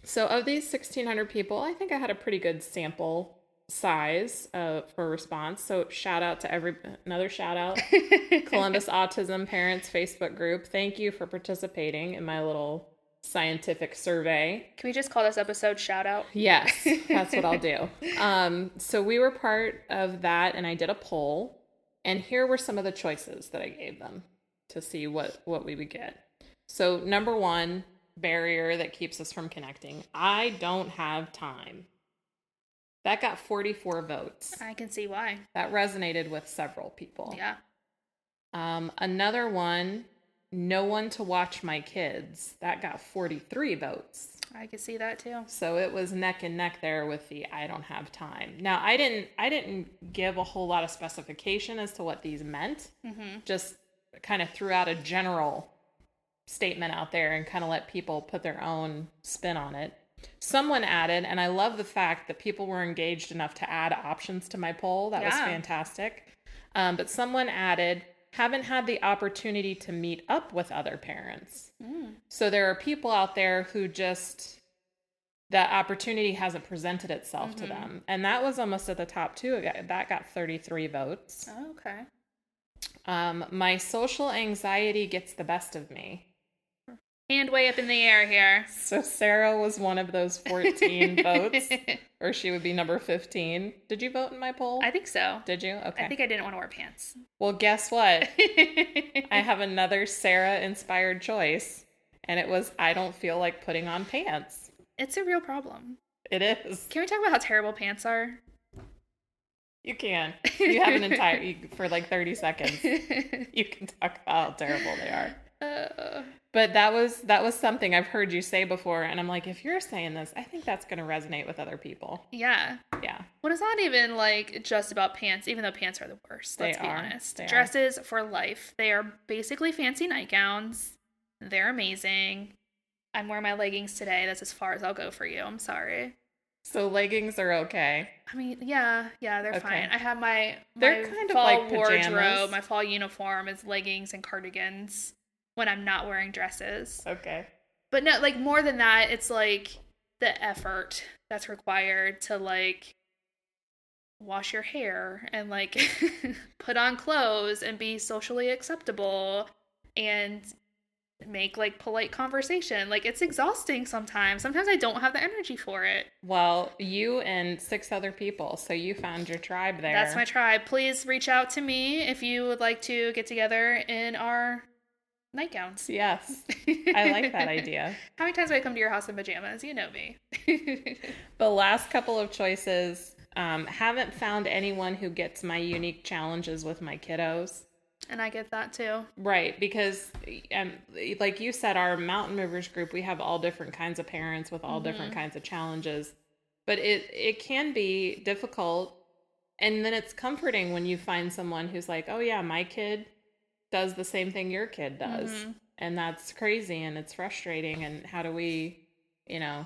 Speaker 1: So, of these 1,600 people, I think I had a pretty good sample size uh, for response. So, shout out to every another shout out Columbus Autism Parents Facebook group. Thank you for participating in my little scientific survey.
Speaker 2: Can we just call this episode shout out?
Speaker 1: Yes, that's what I'll do. Um, so, we were part of that, and I did a poll. And here were some of the choices that I gave them to see what, what we would get. So, number one barrier that keeps us from connecting I don't have time. That got 44 votes.
Speaker 2: I can see why.
Speaker 1: That resonated with several people.
Speaker 2: Yeah.
Speaker 1: Um, another one, no one to watch my kids. That got 43 votes.
Speaker 2: I can see that too.
Speaker 1: So it was neck and neck there with the I don't have time. Now I didn't I didn't give a whole lot of specification as to what these meant.
Speaker 2: Mm-hmm.
Speaker 1: Just kind of threw out a general statement out there and kind of let people put their own spin on it. Someone added, and I love the fact that people were engaged enough to add options to my poll. That was
Speaker 2: Yeah.
Speaker 1: fantastic. Um, but someone added, haven't had the opportunity to meet up with other parents.
Speaker 2: Mm.
Speaker 1: So there are people out there who just, the opportunity hasn't presented itself to
Speaker 2: Mhm.
Speaker 1: them. And that was almost at the top, too. It got- That got 33 votes.
Speaker 2: Oh. Okay.
Speaker 1: Um, my social anxiety gets the best of me.
Speaker 2: Hand way up in the air here.
Speaker 1: So Sarah was one of those 14 votes, or she would be number 15. Did you vote in my poll?
Speaker 2: I think so.
Speaker 1: Did you? Okay.
Speaker 2: I think I didn't want to wear pants.
Speaker 1: well, guess what? I have another Sarah inspired choice, and it was I don't feel like putting on pants.
Speaker 2: it's a real problem.
Speaker 1: It is.
Speaker 2: Can we talk about how terrible pants are?
Speaker 1: You can. You have an entire, you, for like 30 seconds, you can talk about how terrible they are.
Speaker 2: Uh,
Speaker 1: But that was that was something I've heard you say before, and I'm like, if you're saying this, I think that's going to resonate with other people.
Speaker 2: yeah.
Speaker 1: Yeah,
Speaker 2: Well, it's not even like just about pants, even though pants are the worst.
Speaker 1: They
Speaker 2: Let's be
Speaker 1: are.
Speaker 2: honest.
Speaker 1: They are.
Speaker 2: Dresses for life. They are basically fancy nightgowns. They're amazing. I'm wearing my leggings today. That's as far as I'll go for you. I'm sorry.
Speaker 1: so leggings are okay.
Speaker 2: I mean, yeah, yeah, they're
Speaker 1: Okay.
Speaker 2: fine. I have my, my
Speaker 1: They're kind of
Speaker 2: fall
Speaker 1: like pajamas.
Speaker 2: wardrobe, my fall uniform is leggings and cardigans when I'm not wearing dresses.
Speaker 1: Okay.
Speaker 2: But no, like more than that, it's like the effort that's required to like wash your hair and like put on clothes and be socially acceptable and make like polite conversation. Like it's exhausting sometimes. Sometimes I don't have the energy for it.
Speaker 1: Well, you and six other people, so you found your tribe there.
Speaker 2: That's my tribe. Please reach out to me if you would like to get together in our nightgowns.
Speaker 1: yes. I like that idea.
Speaker 2: How many times have I come to your house in pajamas? You know me.
Speaker 1: The last couple of choices um, haven't found anyone who gets my unique challenges with my kiddos.
Speaker 2: and I get that too.
Speaker 1: Right, because um, like you said, our mountain movers group, we have all different kinds of parents with all different kinds of challenges, but it it can be difficult, and then it's comforting when you find someone who's like, oh yeah, my kid does the same thing your kid does,
Speaker 2: Mhm.
Speaker 1: and that's crazy and it's frustrating, and how do we, you know,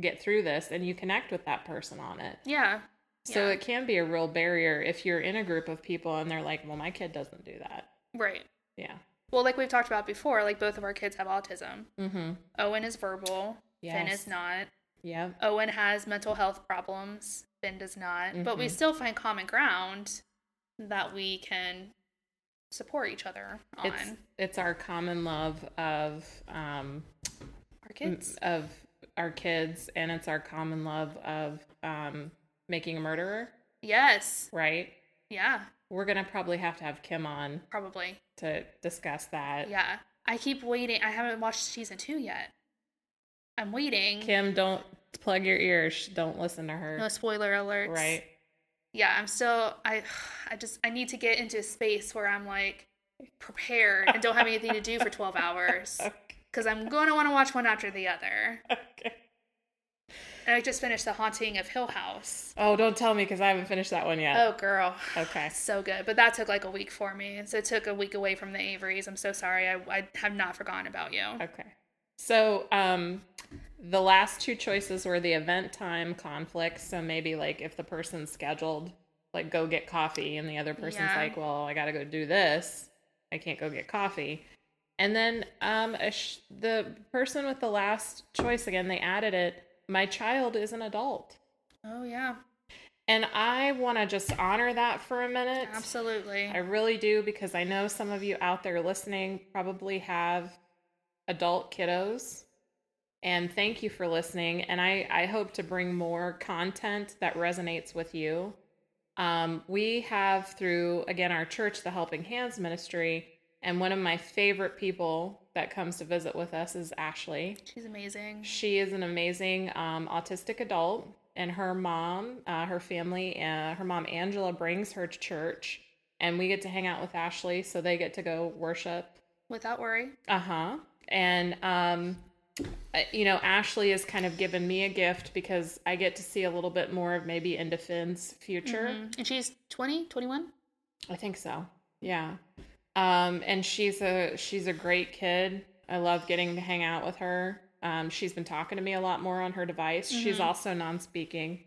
Speaker 1: get through this? And you connect with that person on it.
Speaker 2: Yeah.
Speaker 1: So
Speaker 2: Yeah.
Speaker 1: it can be a real barrier if you're in a group of people and they're like, well, my kid doesn't do that.
Speaker 2: Right.
Speaker 1: Yeah.
Speaker 2: Well, like we've talked about before, like both of our kids have autism.
Speaker 1: Mm-hmm.
Speaker 2: Owen is verbal. Finn is not.
Speaker 1: Yeah.
Speaker 2: Owen has mental health problems. Finn does not. But we
Speaker 1: Mhm.
Speaker 2: still find common ground that we can support each other on.
Speaker 1: It's it's our common love of um
Speaker 2: our kids.
Speaker 1: of our kids and it's our common love of um making a murderer,
Speaker 2: Yes.
Speaker 1: right?
Speaker 2: Yeah.
Speaker 1: We're gonna probably have to have Kim on
Speaker 2: Probably.
Speaker 1: to discuss that.
Speaker 2: Yeah. I keep waiting. I haven't watched season two yet. I'm waiting.
Speaker 1: Kim, don't plug your ears. Sh- Don't listen to her.
Speaker 2: No spoiler alerts.
Speaker 1: right?
Speaker 2: yeah i'm still i i just i need to get into a space where i'm like prepared and don't have anything to do for 12 hours
Speaker 1: Okay.
Speaker 2: because i'm going to want to watch one after the other
Speaker 1: okay.
Speaker 2: and i just finished the haunting of hill house
Speaker 1: Oh, don't tell me because I haven't finished that one yet.
Speaker 2: oh girl
Speaker 1: Okay.
Speaker 2: so good but that took like a week for me so it took a week away from the averys i'm so sorry i, I have not forgotten about you
Speaker 1: Okay. So, um, the last two choices were the event time conflicts. So maybe like if the person's scheduled, like go get coffee, and the other person's
Speaker 2: Yeah.
Speaker 1: like, well, I got to go do this. I can't go get coffee. And then um, a sh- the person with the last choice again, they added it. My child is an adult,
Speaker 2: oh yeah
Speaker 1: and I want to just honor that for a minute.
Speaker 2: absolutely
Speaker 1: I really do because I know some of you out there listening probably have adult kiddos. And thank you for listening. And I, I hope to bring more content that resonates with you. Um, we have, through again our church, the Helping Hands Ministry, and one of my favorite people that comes to visit with us is Ashley.
Speaker 2: she's amazing
Speaker 1: She is an amazing um, autistic adult, and her mom, uh, her family, uh, her mom Angela brings her to church, and we get to hang out with Ashley, so they get to go worship.
Speaker 2: without worry
Speaker 1: Uh huh. And um, uh, you know, Ashley has kind of given me a gift because I get to see a little bit more of maybe into Finn's future.
Speaker 2: Mhm. and she's 20 21
Speaker 1: I think so. Yeah. Um, and she's a she's a great kid. I love getting to hang out with her. Um, she's been talking to me a lot more on her device. She's
Speaker 2: Mhm.
Speaker 1: also non-speaking.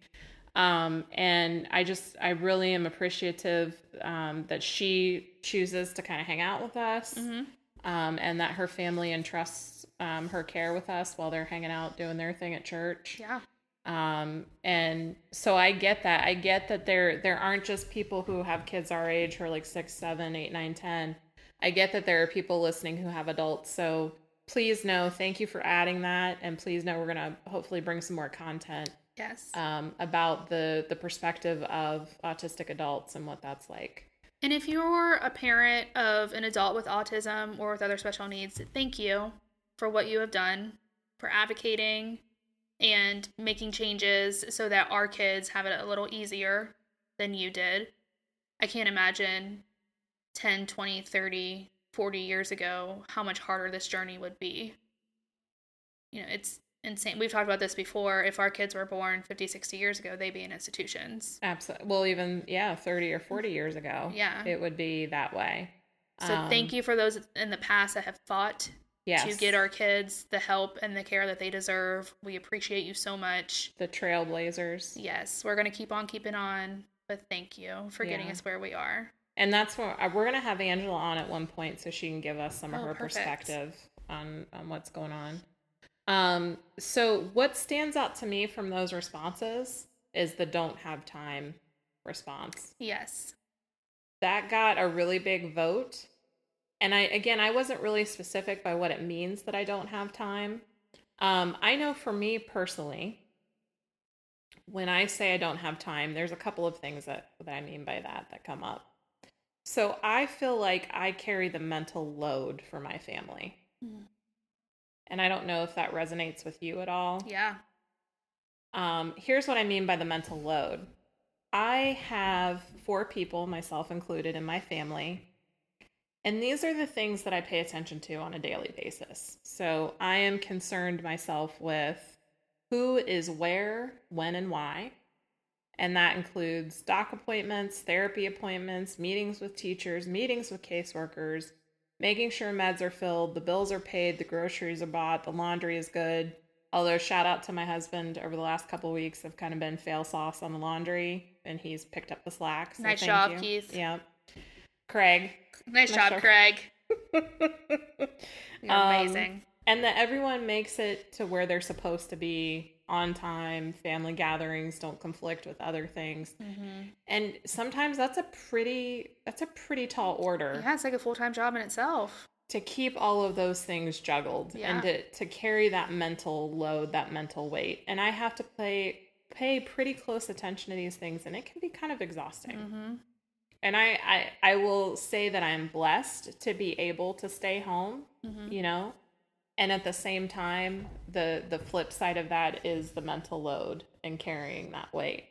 Speaker 1: Um, and I just I really am appreciative um, that she chooses to kind of hang out with us
Speaker 2: mm-hmm.
Speaker 1: um, and that her family entrusts um, her care with us while they're hanging out doing their thing at church
Speaker 2: yeah
Speaker 1: um and so i get that i get that there there aren't just people who have kids our age who are like six seven eight nine ten i get that there are people listening who have adults so please know thank you for adding that and please know we're gonna hopefully bring some more content
Speaker 2: yes
Speaker 1: um, about the the perspective of autistic adults and what that's like
Speaker 2: And if you're a parent of an adult with autism or with other special needs, thank you for what you have done, for advocating and making changes so that our kids have it a little easier than you did. I can't imagine 10, 20, 30, 40 years ago how much harder this journey would be. You know, it's insane. We've talked about this before. If our kids were born 50, 60 years ago, they'd be in institutions.
Speaker 1: absolutely well even yeah 30 or 40 years ago
Speaker 2: Yeah.
Speaker 1: it would be that way
Speaker 2: So thank you for those in the past that have fought
Speaker 1: Um, yes.
Speaker 2: to get our kids the help and the care that they deserve. We appreciate you so much.
Speaker 1: the trailblazers
Speaker 2: Yes, we're going to keep on keeping on, but thank you for getting
Speaker 1: Yeah.
Speaker 2: us where we are.
Speaker 1: And that's where uh, we're gonna have Angela on at one point, so she can give us some of
Speaker 2: Oh,
Speaker 1: her
Speaker 2: perfect.
Speaker 1: perspective on on what's going on. Um, so what stands out to me from those responses is the "don't have time" response.
Speaker 2: Yes.
Speaker 1: That got a really big vote, and I again I wasn't really specific by what it means that I don't have time. Um, I know for me personally, when I say I don't have time, there's a couple of things that, that I mean by that that come up. So I feel like I carry the mental load for my family.
Speaker 2: Mm.
Speaker 1: And I don't know if that resonates with you at all.
Speaker 2: Yeah.
Speaker 1: Um, here's what I mean by the mental load I have four people, myself included, in my family. And these are the things that I pay attention to on a daily basis. So I am concerned myself with who is where, when, and why. And that includes doc appointments, therapy appointments, meetings with teachers, meetings with caseworkers, making sure meds are filled, the bills are paid, the groceries are bought, the laundry is good. Although shout out to my husband over the last couple weeks, I've kind of been fail sauce on the laundry and he's picked up the slack. so
Speaker 2: Nice
Speaker 1: thank
Speaker 2: job,
Speaker 1: you.
Speaker 2: Keith.
Speaker 1: Yep. Craig.
Speaker 2: Nice,
Speaker 1: Nice
Speaker 2: job,
Speaker 1: job.
Speaker 2: Craig. You're
Speaker 1: Um,
Speaker 2: amazing.
Speaker 1: and that everyone makes it to where they're supposed to be on time. Family gatherings don't conflict with other things.
Speaker 2: Mhm.
Speaker 1: And sometimes that's a pretty that's a pretty tall order.
Speaker 2: Yeah, it's like a full time job in itself.
Speaker 1: to keep all of those things juggled
Speaker 2: Yeah.
Speaker 1: and to, to carry that mental load that mental weight and i have to play pay pretty close attention to these things and it can be kind of exhausting
Speaker 2: hmm
Speaker 1: and I, I i will say that i'm blessed to be able to stay home
Speaker 2: hmm
Speaker 1: you know and at the same time the the flip side of that is the mental load and carrying that weight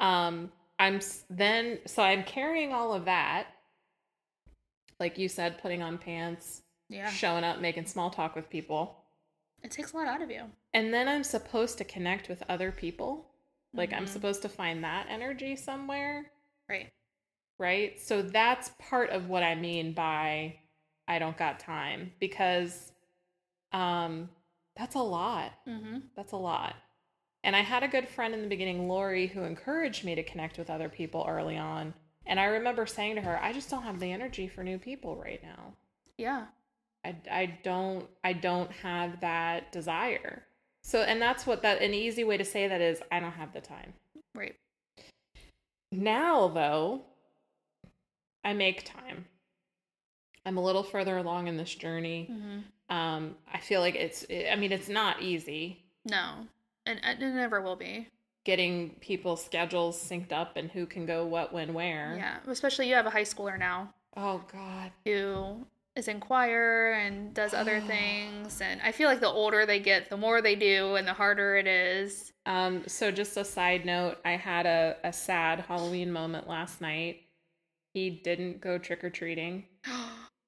Speaker 1: um i'm s- then so i'm carrying all of that like you said putting on pants
Speaker 2: Yeah,
Speaker 1: showing up, making small talk with people.
Speaker 2: it takes a lot out of you.
Speaker 1: And then I'm supposed to connect with other people. Like I'm
Speaker 2: Mhm.
Speaker 1: supposed to find that energy somewhere,
Speaker 2: Right.
Speaker 1: right? So that's part of what I mean by I don't got time because um that's a lot.
Speaker 2: Mm-hmm.
Speaker 1: That's a lot. And I had a good friend in the beginning, Lori, who encouraged me to connect with other people early on. And I remember saying to her, I just don't have the energy for new people right now.
Speaker 2: Yeah.
Speaker 1: I, I don't I don't have that desire. So and that's what that an easy way to say that is I don't have the time.
Speaker 2: Right.
Speaker 1: Now though, I make time. I'm a little further along in this journey.
Speaker 2: Mm-hmm.
Speaker 1: Um I feel like it's I mean it's not easy
Speaker 2: No, and and it never will be.
Speaker 1: getting people's schedules synced up and who can go what when where.
Speaker 2: Yeah, especially you have a high schooler now
Speaker 1: Oh god.
Speaker 2: who is in choir and does other things, and I feel like the older they get, the more they do, and the harder it is.
Speaker 1: Um, so just a side note, I had a, a sad Halloween moment last night. He didn't go trick or treating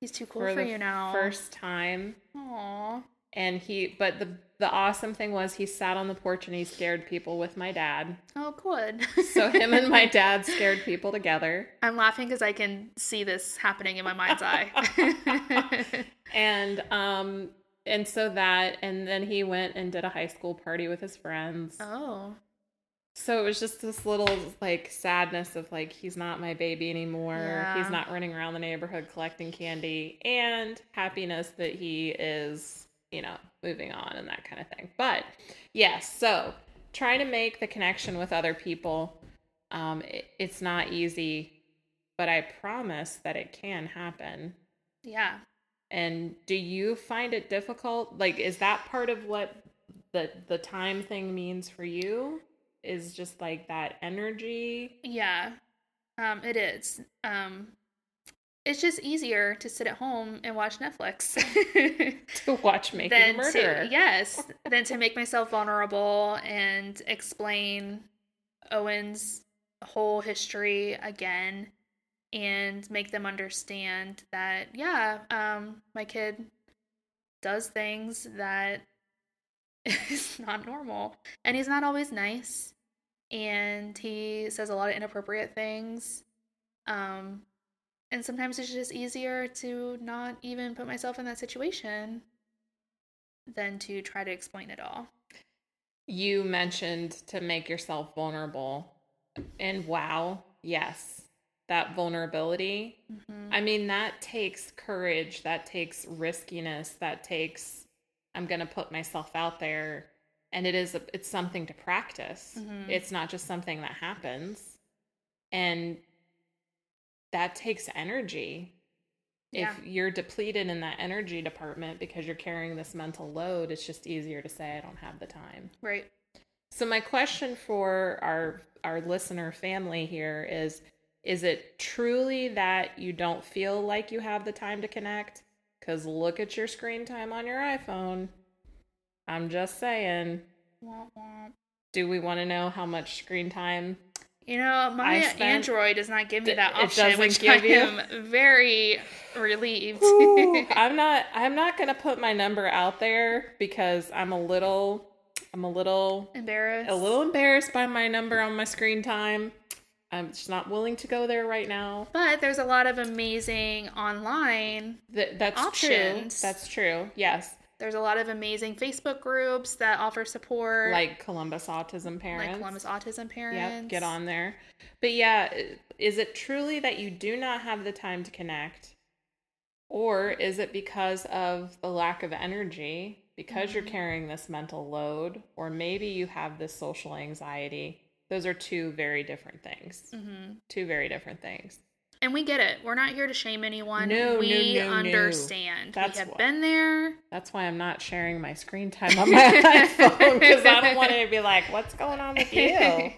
Speaker 2: He's too cool
Speaker 1: for
Speaker 2: for,
Speaker 1: the
Speaker 2: you now.
Speaker 1: first time,
Speaker 2: Aw.
Speaker 1: and he. But the the awesome thing was he sat on the porch and he scared people with my dad.
Speaker 2: Oh, good.
Speaker 1: So him and my dad scared people together,
Speaker 2: I'm laughing because I can see this happening in my mind's eye.
Speaker 1: and um, and so that, and then he went and did a high school party with his friends.
Speaker 2: oh,
Speaker 1: So it was just this little like sadness of like he's not my baby anymore.
Speaker 2: Yeah.
Speaker 1: He's not running around the neighborhood collecting candy and happiness that he is, you know, moving on and that kind of thing. But yes, so trying to make the connection with other people um it, it's not easy, but I promise that it can happen.
Speaker 2: yeah.
Speaker 1: And do you find it difficult? Like, is that part of what the the time thing means for you? Is just like that energy?
Speaker 2: Yeah, um, it is. Um, it's just easier to sit at home and watch Netflix
Speaker 1: to watch making a
Speaker 2: than
Speaker 1: murderer.
Speaker 2: to yes, than to make myself vulnerable and explain Owen's whole history again and make them understand that yeah, um, my kid does things that is not normal and he's not always nice and he says a lot of inappropriate things um and sometimes it's just easier to not even put myself in that situation than to try to explain it all
Speaker 1: You mentioned to make yourself vulnerable. And wow, yes. That vulnerability.
Speaker 2: Mhm.
Speaker 1: I mean, that takes courage, that takes riskiness, that takes I'm going to put myself out there and it is a, it's something to practice.
Speaker 2: Mhm.
Speaker 1: It's not just something that happens. And that takes energy.
Speaker 2: Yeah.
Speaker 1: If you're depleted in that energy department because you're carrying this mental load, it's just easier to say I don't have the time.
Speaker 2: right
Speaker 1: So my question for our our listener family here is is it truly that you don't feel like you have the time to connect? Cuz look at your screen time on your iPhone. I'm just saying,
Speaker 2: Wah, wah.
Speaker 1: do we want to know how much screen time?
Speaker 2: you know my
Speaker 1: I spent-
Speaker 2: android does not give me
Speaker 1: Th-
Speaker 2: that
Speaker 1: it
Speaker 2: option
Speaker 1: doesn't
Speaker 2: which
Speaker 1: give
Speaker 2: i
Speaker 1: you-
Speaker 2: am very relieved
Speaker 1: Ooh, I'm not I'm not going to put my number out there because I'm a little I'm a little
Speaker 2: embarrassed
Speaker 1: a little embarrassed by my number on my screen time. I'm just not willing to go there right now.
Speaker 2: but there's a lot of amazing online
Speaker 1: Th- that's
Speaker 2: options.
Speaker 1: true. That's true. Yes.
Speaker 2: There's a lot of amazing Facebook groups that offer support,
Speaker 1: Like Columbus autism
Speaker 2: like
Speaker 1: parents.
Speaker 2: Columbus Autism Parents.
Speaker 1: Yep, get on there. But yeah, is it truly that you do not have the time to connect? Or is it because of the lack of energy, because you're
Speaker 2: Mm-hmm.
Speaker 1: carrying this mental load, or maybe you have this social anxiety? Those are two very different things.
Speaker 2: hmm
Speaker 1: Two very different things.
Speaker 2: And we get it. We're not here to shame anyone.
Speaker 1: No, no,
Speaker 2: we
Speaker 1: no, no.
Speaker 2: understand.
Speaker 1: That's
Speaker 2: we have
Speaker 1: what-
Speaker 2: been there.
Speaker 1: That's why I'm not sharing my screen time on my iPhone because I don't want it to be like, what's going on with you?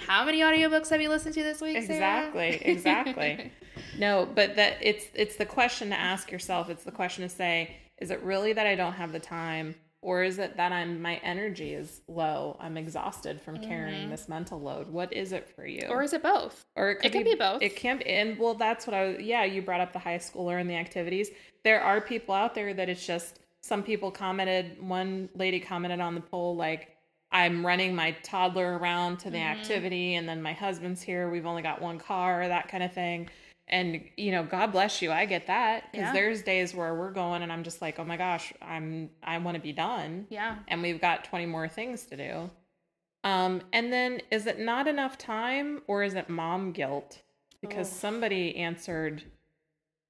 Speaker 2: How many audiobooks have you listened to this week? Sarah?
Speaker 1: Exactly, exactly. No, but that it's it's the question to ask yourself. It's the question to say, is it really that I don't have the time or is it that I'm my energy is low? I'm exhausted from carrying
Speaker 2: Mhm.
Speaker 1: this mental load. What is it for you?
Speaker 2: or is it both?
Speaker 1: Or it
Speaker 2: It could be both.
Speaker 1: It can be and well that's what I was yeah, you brought up the high schooler and the activities. There are people out there that it's just some people commented, one lady commented on the poll like I'm running my toddler around to the
Speaker 2: Mhm.
Speaker 1: activity and then my husband's here, we've only got one car, that kind of thing. And you know, God bless you. I get that cuz
Speaker 2: Yeah.
Speaker 1: there's days where we're going and I'm just like, "Oh my gosh, I'm I want to be done."
Speaker 2: Yeah.
Speaker 1: and we've got 20 more things to do. Um, and then is it not enough time or is it mom guilt? Because
Speaker 2: Oh.
Speaker 1: somebody answered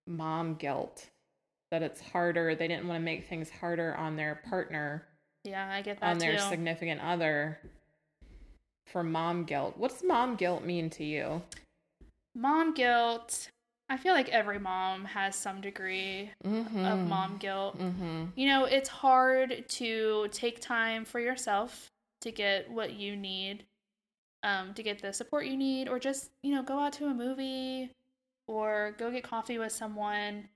Speaker 1: mom guilt that it's harder. They didn't want to make things harder on their partner,
Speaker 2: Yeah, I get that
Speaker 1: on their
Speaker 2: too.
Speaker 1: significant other for mom guilt. What's mom guilt mean to you?
Speaker 2: mom guilt. I feel like every mom has some degree
Speaker 1: Mm-hmm.
Speaker 2: of mom guilt.
Speaker 1: Mm-hmm.
Speaker 2: You know, it's hard to take time for yourself to get what you need, um, to get the support you need, or just, you know, go out to a movie or go get coffee with someone.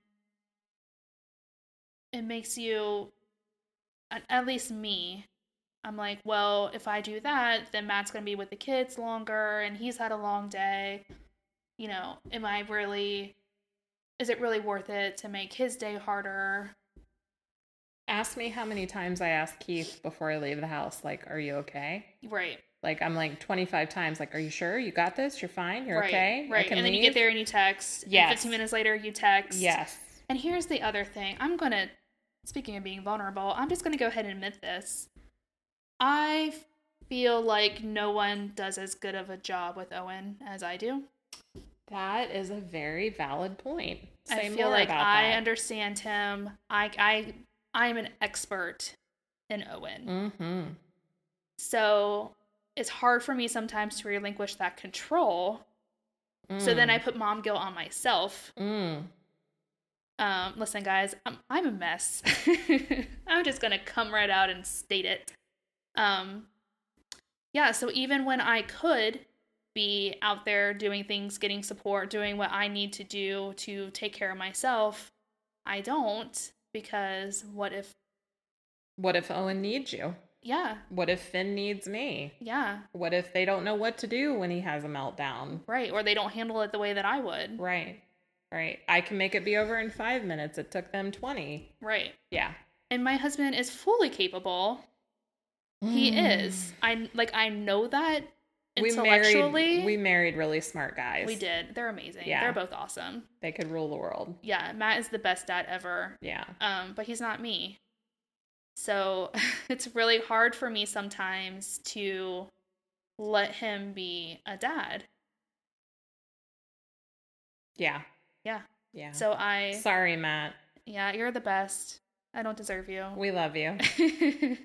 Speaker 2: It makes you, at- at least me, I'm like, well, if I do that, then Matt's going to be with the kids longer and he's had a long day. You know, am I really, is it really worth it to make his day harder?
Speaker 1: Ask me how many times I ask Keith before I leave the house, like, are you okay?
Speaker 2: Right.
Speaker 1: Like I'm like 25 times. Like, are you sure? You got this? You're fine. You're
Speaker 2: right,
Speaker 1: okay. I
Speaker 2: Right.
Speaker 1: can
Speaker 2: And then you
Speaker 1: leave?"
Speaker 2: get there and you text. Yeah.
Speaker 1: Yes.
Speaker 2: 15 minutes later, you text.
Speaker 1: Yes.
Speaker 2: And here's the other thing. I'm going to, speaking of being vulnerable, I'm just going to go ahead and admit this. I feel like no one does as good of a job with Owen as I do.
Speaker 1: That is a very valid point. Say
Speaker 2: I feel
Speaker 1: more
Speaker 2: like
Speaker 1: about
Speaker 2: I
Speaker 1: that.
Speaker 2: understand him. I, I, I am an expert in Owen.
Speaker 1: mm-hmm.
Speaker 2: So it's hard for me sometimes to relinquish that control. So then I put mom guilt on myself
Speaker 1: Mm.
Speaker 2: Um, listen, guys, I'm, I'm a mess. I'm just gonna come right out and state it. Um, yeah. So even when I could be out there doing things, getting support, doing what I need to do to take care of myself, I don't because what if?
Speaker 1: What if Owen needs you?
Speaker 2: Yeah,
Speaker 1: What if Finn needs me?
Speaker 2: yeah,
Speaker 1: What if they don't know what to do when he has a meltdown?
Speaker 2: right. Or they don't handle it the way that I would.
Speaker 1: Right. Right. I can make it be over in five minutes. It took them 20.
Speaker 2: Right.
Speaker 1: Yeah.
Speaker 2: And my husband is fully capable. He
Speaker 1: Mm.
Speaker 2: is. I like. I know that
Speaker 1: We
Speaker 2: intellectually.
Speaker 1: married, we married really smart guys.
Speaker 2: We did. They're amazing.
Speaker 1: Yeah.
Speaker 2: They're both awesome.
Speaker 1: They could rule the world.
Speaker 2: Yeah, Matt is the best dad ever.
Speaker 1: Yeah.
Speaker 2: Um, but he's not me. So it's really hard for me sometimes to let him be a dad.
Speaker 1: Yeah.
Speaker 2: Yeah.
Speaker 1: Yeah.
Speaker 2: So I
Speaker 1: Sorry, Matt.
Speaker 2: yeah, you're the best. I don't deserve you.
Speaker 1: We love you.
Speaker 2: Thanks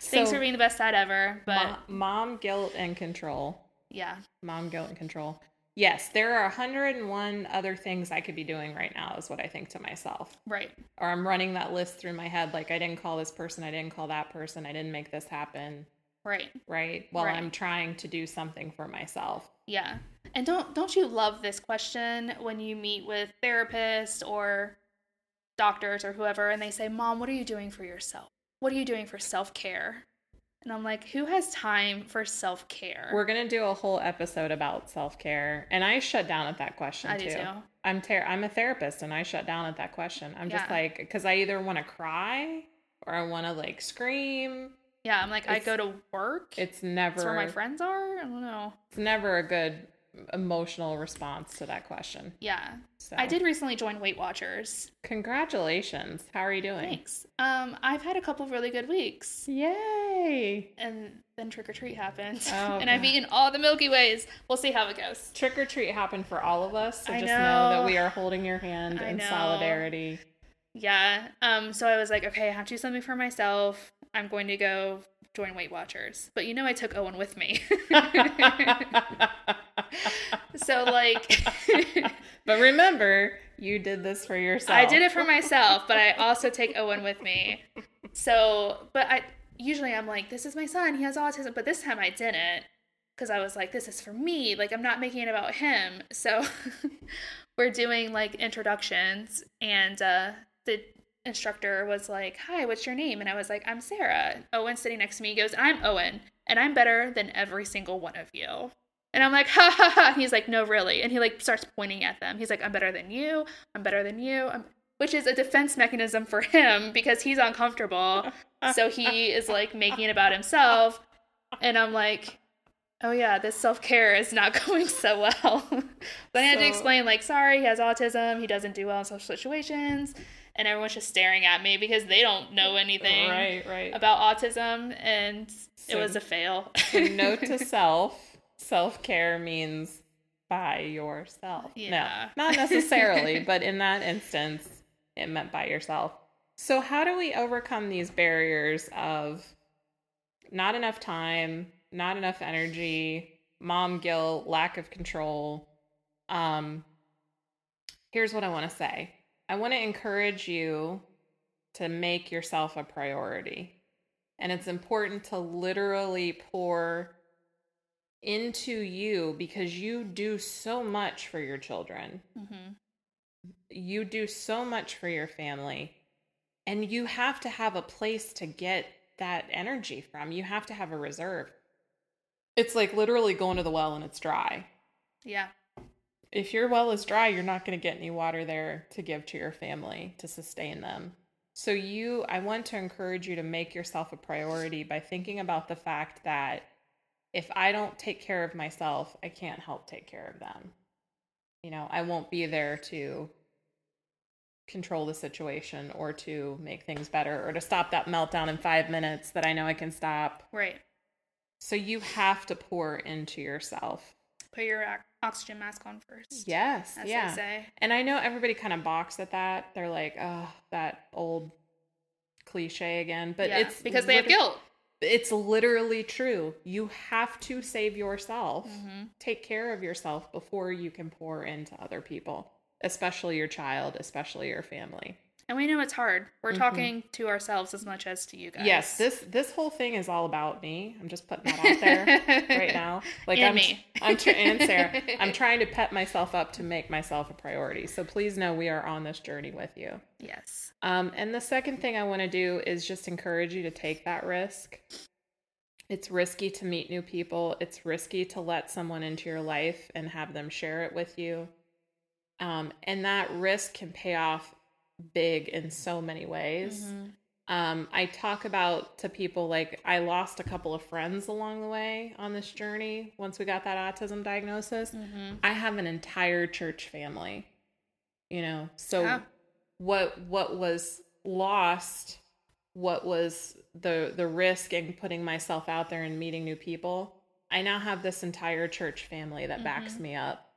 Speaker 1: So-
Speaker 2: for being the best dad ever. But
Speaker 1: Mo- mom guilt and control.
Speaker 2: yeah.
Speaker 1: Mom guilt and control. Yes, there are 101 other things I could be doing right now, is what I think to myself.
Speaker 2: Right.
Speaker 1: Or I'm running that list through my head like, I didn't call this person, I didn't call that person, I didn't make this happen,
Speaker 2: Right.
Speaker 1: right? While
Speaker 2: Right.
Speaker 1: I'm trying to do something for myself.
Speaker 2: Yeah. And don't don't you love this question when you meet with therapists or doctors or whoever and they say, "Mom, what are you doing for yourself? What are you doing for self-care?" And I'm like, "Who has time for self-care?"
Speaker 1: We're going to do a whole episode about self care. And I shut down at that question
Speaker 2: I
Speaker 1: too.
Speaker 2: do too.
Speaker 1: I'm, ter- I'm a therapist and I shut down at that question. I'm just
Speaker 2: Yeah.
Speaker 1: like, because I either want to cry or I want to like scream.
Speaker 2: Yeah, I'm like I
Speaker 1: It's-
Speaker 2: go to work.
Speaker 1: It's never
Speaker 2: That's where my friends are. I don't know.
Speaker 1: it's never a good emotional response to that question.
Speaker 2: Yeah.
Speaker 1: So
Speaker 2: I did recently join Weight Watchers.
Speaker 1: Congratulations. How are you doing?
Speaker 2: Thanks. Um, I've had a couple really good weeks.
Speaker 1: Yay.
Speaker 2: And then trick or treat happened.
Speaker 1: Oh,
Speaker 2: and I've
Speaker 1: God.
Speaker 2: eaten all the Milky Ways. We'll see how it goes.
Speaker 1: Trick or treat happened for all of us. So
Speaker 2: I
Speaker 1: just know. that
Speaker 2: know.
Speaker 1: we are holding your hand
Speaker 2: I
Speaker 1: in
Speaker 2: know.
Speaker 1: solidarity.
Speaker 2: Yeah. Um, so I was like, okay, I have to do something for myself. I'm going to go join Weight Watchers. But you know I took Owen with me. so like
Speaker 1: but remember, you did this for yourself.
Speaker 2: I did it for myself, but I also take Owen with me. So, but I usually I'm like, this is my son. He has autism. But this time I didn't because I was like, this is for me. Like I'm not making it about him. So we're doing like introductions, and uh, the instructor was like, "Hi, what's your name?" And I was like, "I'm Sarah." Owen sitting next to me goes, "I'm Owen, and I'm better than every single one of you." And I'm like, ha ha ha. And he's like, no, really. And he like starts pointing at them. He's like, I'm better than you. I'm better than you. I'm... Which is a defense mechanism for him because he's uncomfortable. so he is like making it about himself. And I'm like, oh yeah, this self care is not going so well. then I had to
Speaker 1: So-
Speaker 2: explain, like, sorry, he has autism. He doesn't do well in social situations. And everyone's just staring at me because they don't know anything
Speaker 1: Right, right.
Speaker 2: about autism. And it
Speaker 1: So-
Speaker 2: was a fail.
Speaker 1: So note to self self care means by yourself.
Speaker 2: Yeah.
Speaker 1: No, not necessarily, but in that instance, it meant by yourself. So, how do we overcome these barriers of not enough time, not enough energy, mom guilt, lack of control? Um, here's what I want to say I want to encourage you to make yourself a priority. And it's important to literally pour into you because you do so much for your children.
Speaker 2: hmm
Speaker 1: You do so much for your family. And you have to have a place to get that energy from. You have to have a reserve. It's like literally going to the well and it's dry.
Speaker 2: Yeah.
Speaker 1: If your well is dry, you're not going to get any water there to give to your family to sustain them. So, you, I want to encourage you to make yourself a priority by thinking about the fact that if I don't take care of myself, I can't help take care of them. You know, I won't be there to control the situation or to make things better or to stop that meltdown in five minutes that I know I can stop.
Speaker 2: Right.
Speaker 1: So, you have to pour into yourself.
Speaker 2: Put your ox- oxygen mask on first.
Speaker 1: Yes.
Speaker 2: As
Speaker 1: yeah.
Speaker 2: they say.
Speaker 1: And I know everybody kind of balks at that. They're like, oh, that old cliche again. But
Speaker 2: Yeah,
Speaker 1: it's
Speaker 2: because they have
Speaker 1: liter-
Speaker 2: guilt.
Speaker 1: It's literally true. You have to save yourself,
Speaker 2: hmm
Speaker 1: take care of yourself before you can pour into other people, especially your child, especially your family.
Speaker 2: And we know it's hard. We're
Speaker 1: Mhm.
Speaker 2: talking to ourselves as much as to you guys.
Speaker 1: Yes, this this whole thing is all about me. I'm just putting that out there right now. Like
Speaker 2: And
Speaker 1: I'm
Speaker 2: me.
Speaker 1: I'm tr- and Sarah. I'm trying to pep myself up to make myself a priority. So please know we are on this journey with you.
Speaker 2: Yes.
Speaker 1: Um, and the second thing I want to do is just encourage you to take that risk. It's risky to meet new people, it's risky to let someone into your life and have them share it with you. Um, and that risk can pay off big in so many ways.
Speaker 2: Mhm.
Speaker 1: Um, I talk about to people like I lost a couple of friends along the way on this journey once we got that autism diagnosis.
Speaker 2: Mhm.
Speaker 1: I have an entire church family. You know, so
Speaker 2: Yeah.
Speaker 1: what what was lost, what was the the risk in putting myself out there and meeting new people? I now have this entire church family that
Speaker 2: Mm-hmm.
Speaker 1: backs me up.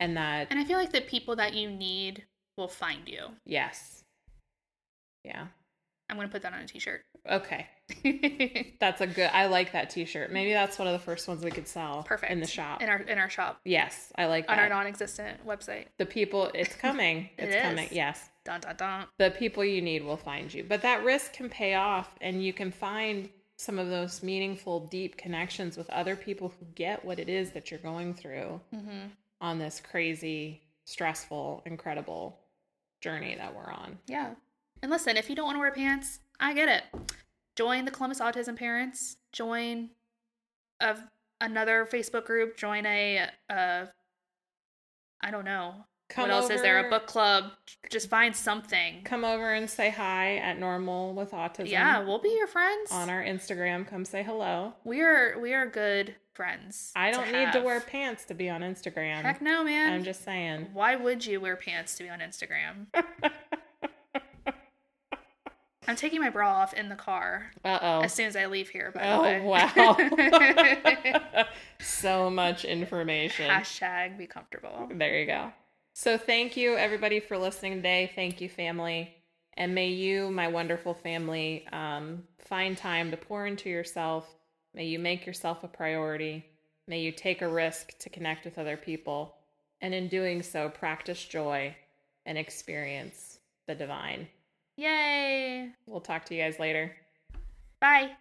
Speaker 1: And that
Speaker 2: And I feel like the people that you need will find you.
Speaker 1: yes. Yeah.
Speaker 2: I'm going to put that on a t shirt.
Speaker 1: Okay. That's a good I like that t-shirt. Maybe that's one of the first ones we could sell
Speaker 2: Perfect.
Speaker 1: in the shop.
Speaker 2: In our, in our shop.
Speaker 1: yes, I like
Speaker 2: On our
Speaker 1: that.
Speaker 2: non existent website.
Speaker 1: the people it's coming.
Speaker 2: It
Speaker 1: it's coming.
Speaker 2: is.
Speaker 1: Yes.
Speaker 2: Dun dun dun.
Speaker 1: the people you need will find you. But that risk can pay off, and you can find some of those meaningful, deep connections with other people who get what it is that you're going through
Speaker 2: hmm
Speaker 1: on this crazy, stressful, incredible journey that we're on.
Speaker 2: Yeah. And listen, if you don't want to wear pants, I get it. Join the Columbus Autism Parents. Join a, another Facebook group. Join a, uh, I don't know, what else is there? A book club? Just find something.
Speaker 1: Come over and say hi at Normal with Autism.
Speaker 2: Yeah, we'll be your friends.
Speaker 1: On our Instagram, come say hello.
Speaker 2: we are we are good friends.
Speaker 1: I don't need to
Speaker 2: have.
Speaker 1: wear pants to be on Instagram.
Speaker 2: Heck no, man.
Speaker 1: I'm just saying.
Speaker 2: Why would you wear pants to be on Instagram? I'm taking my bra off in the car
Speaker 1: Uh oh.
Speaker 2: as soon as I leave here. By the way.
Speaker 1: Oh wow. so much information.
Speaker 2: Hashtag be comfortable.
Speaker 1: There you go. So thank you everybody for listening today. Thank you, family. And may you, my wonderful family, um, find time to pour into yourself. May you make yourself a priority. May you take a risk to connect with other people. And in doing so, practice joy and experience the divine.
Speaker 2: Yay!
Speaker 1: We'll talk to you guys later.
Speaker 2: Bye.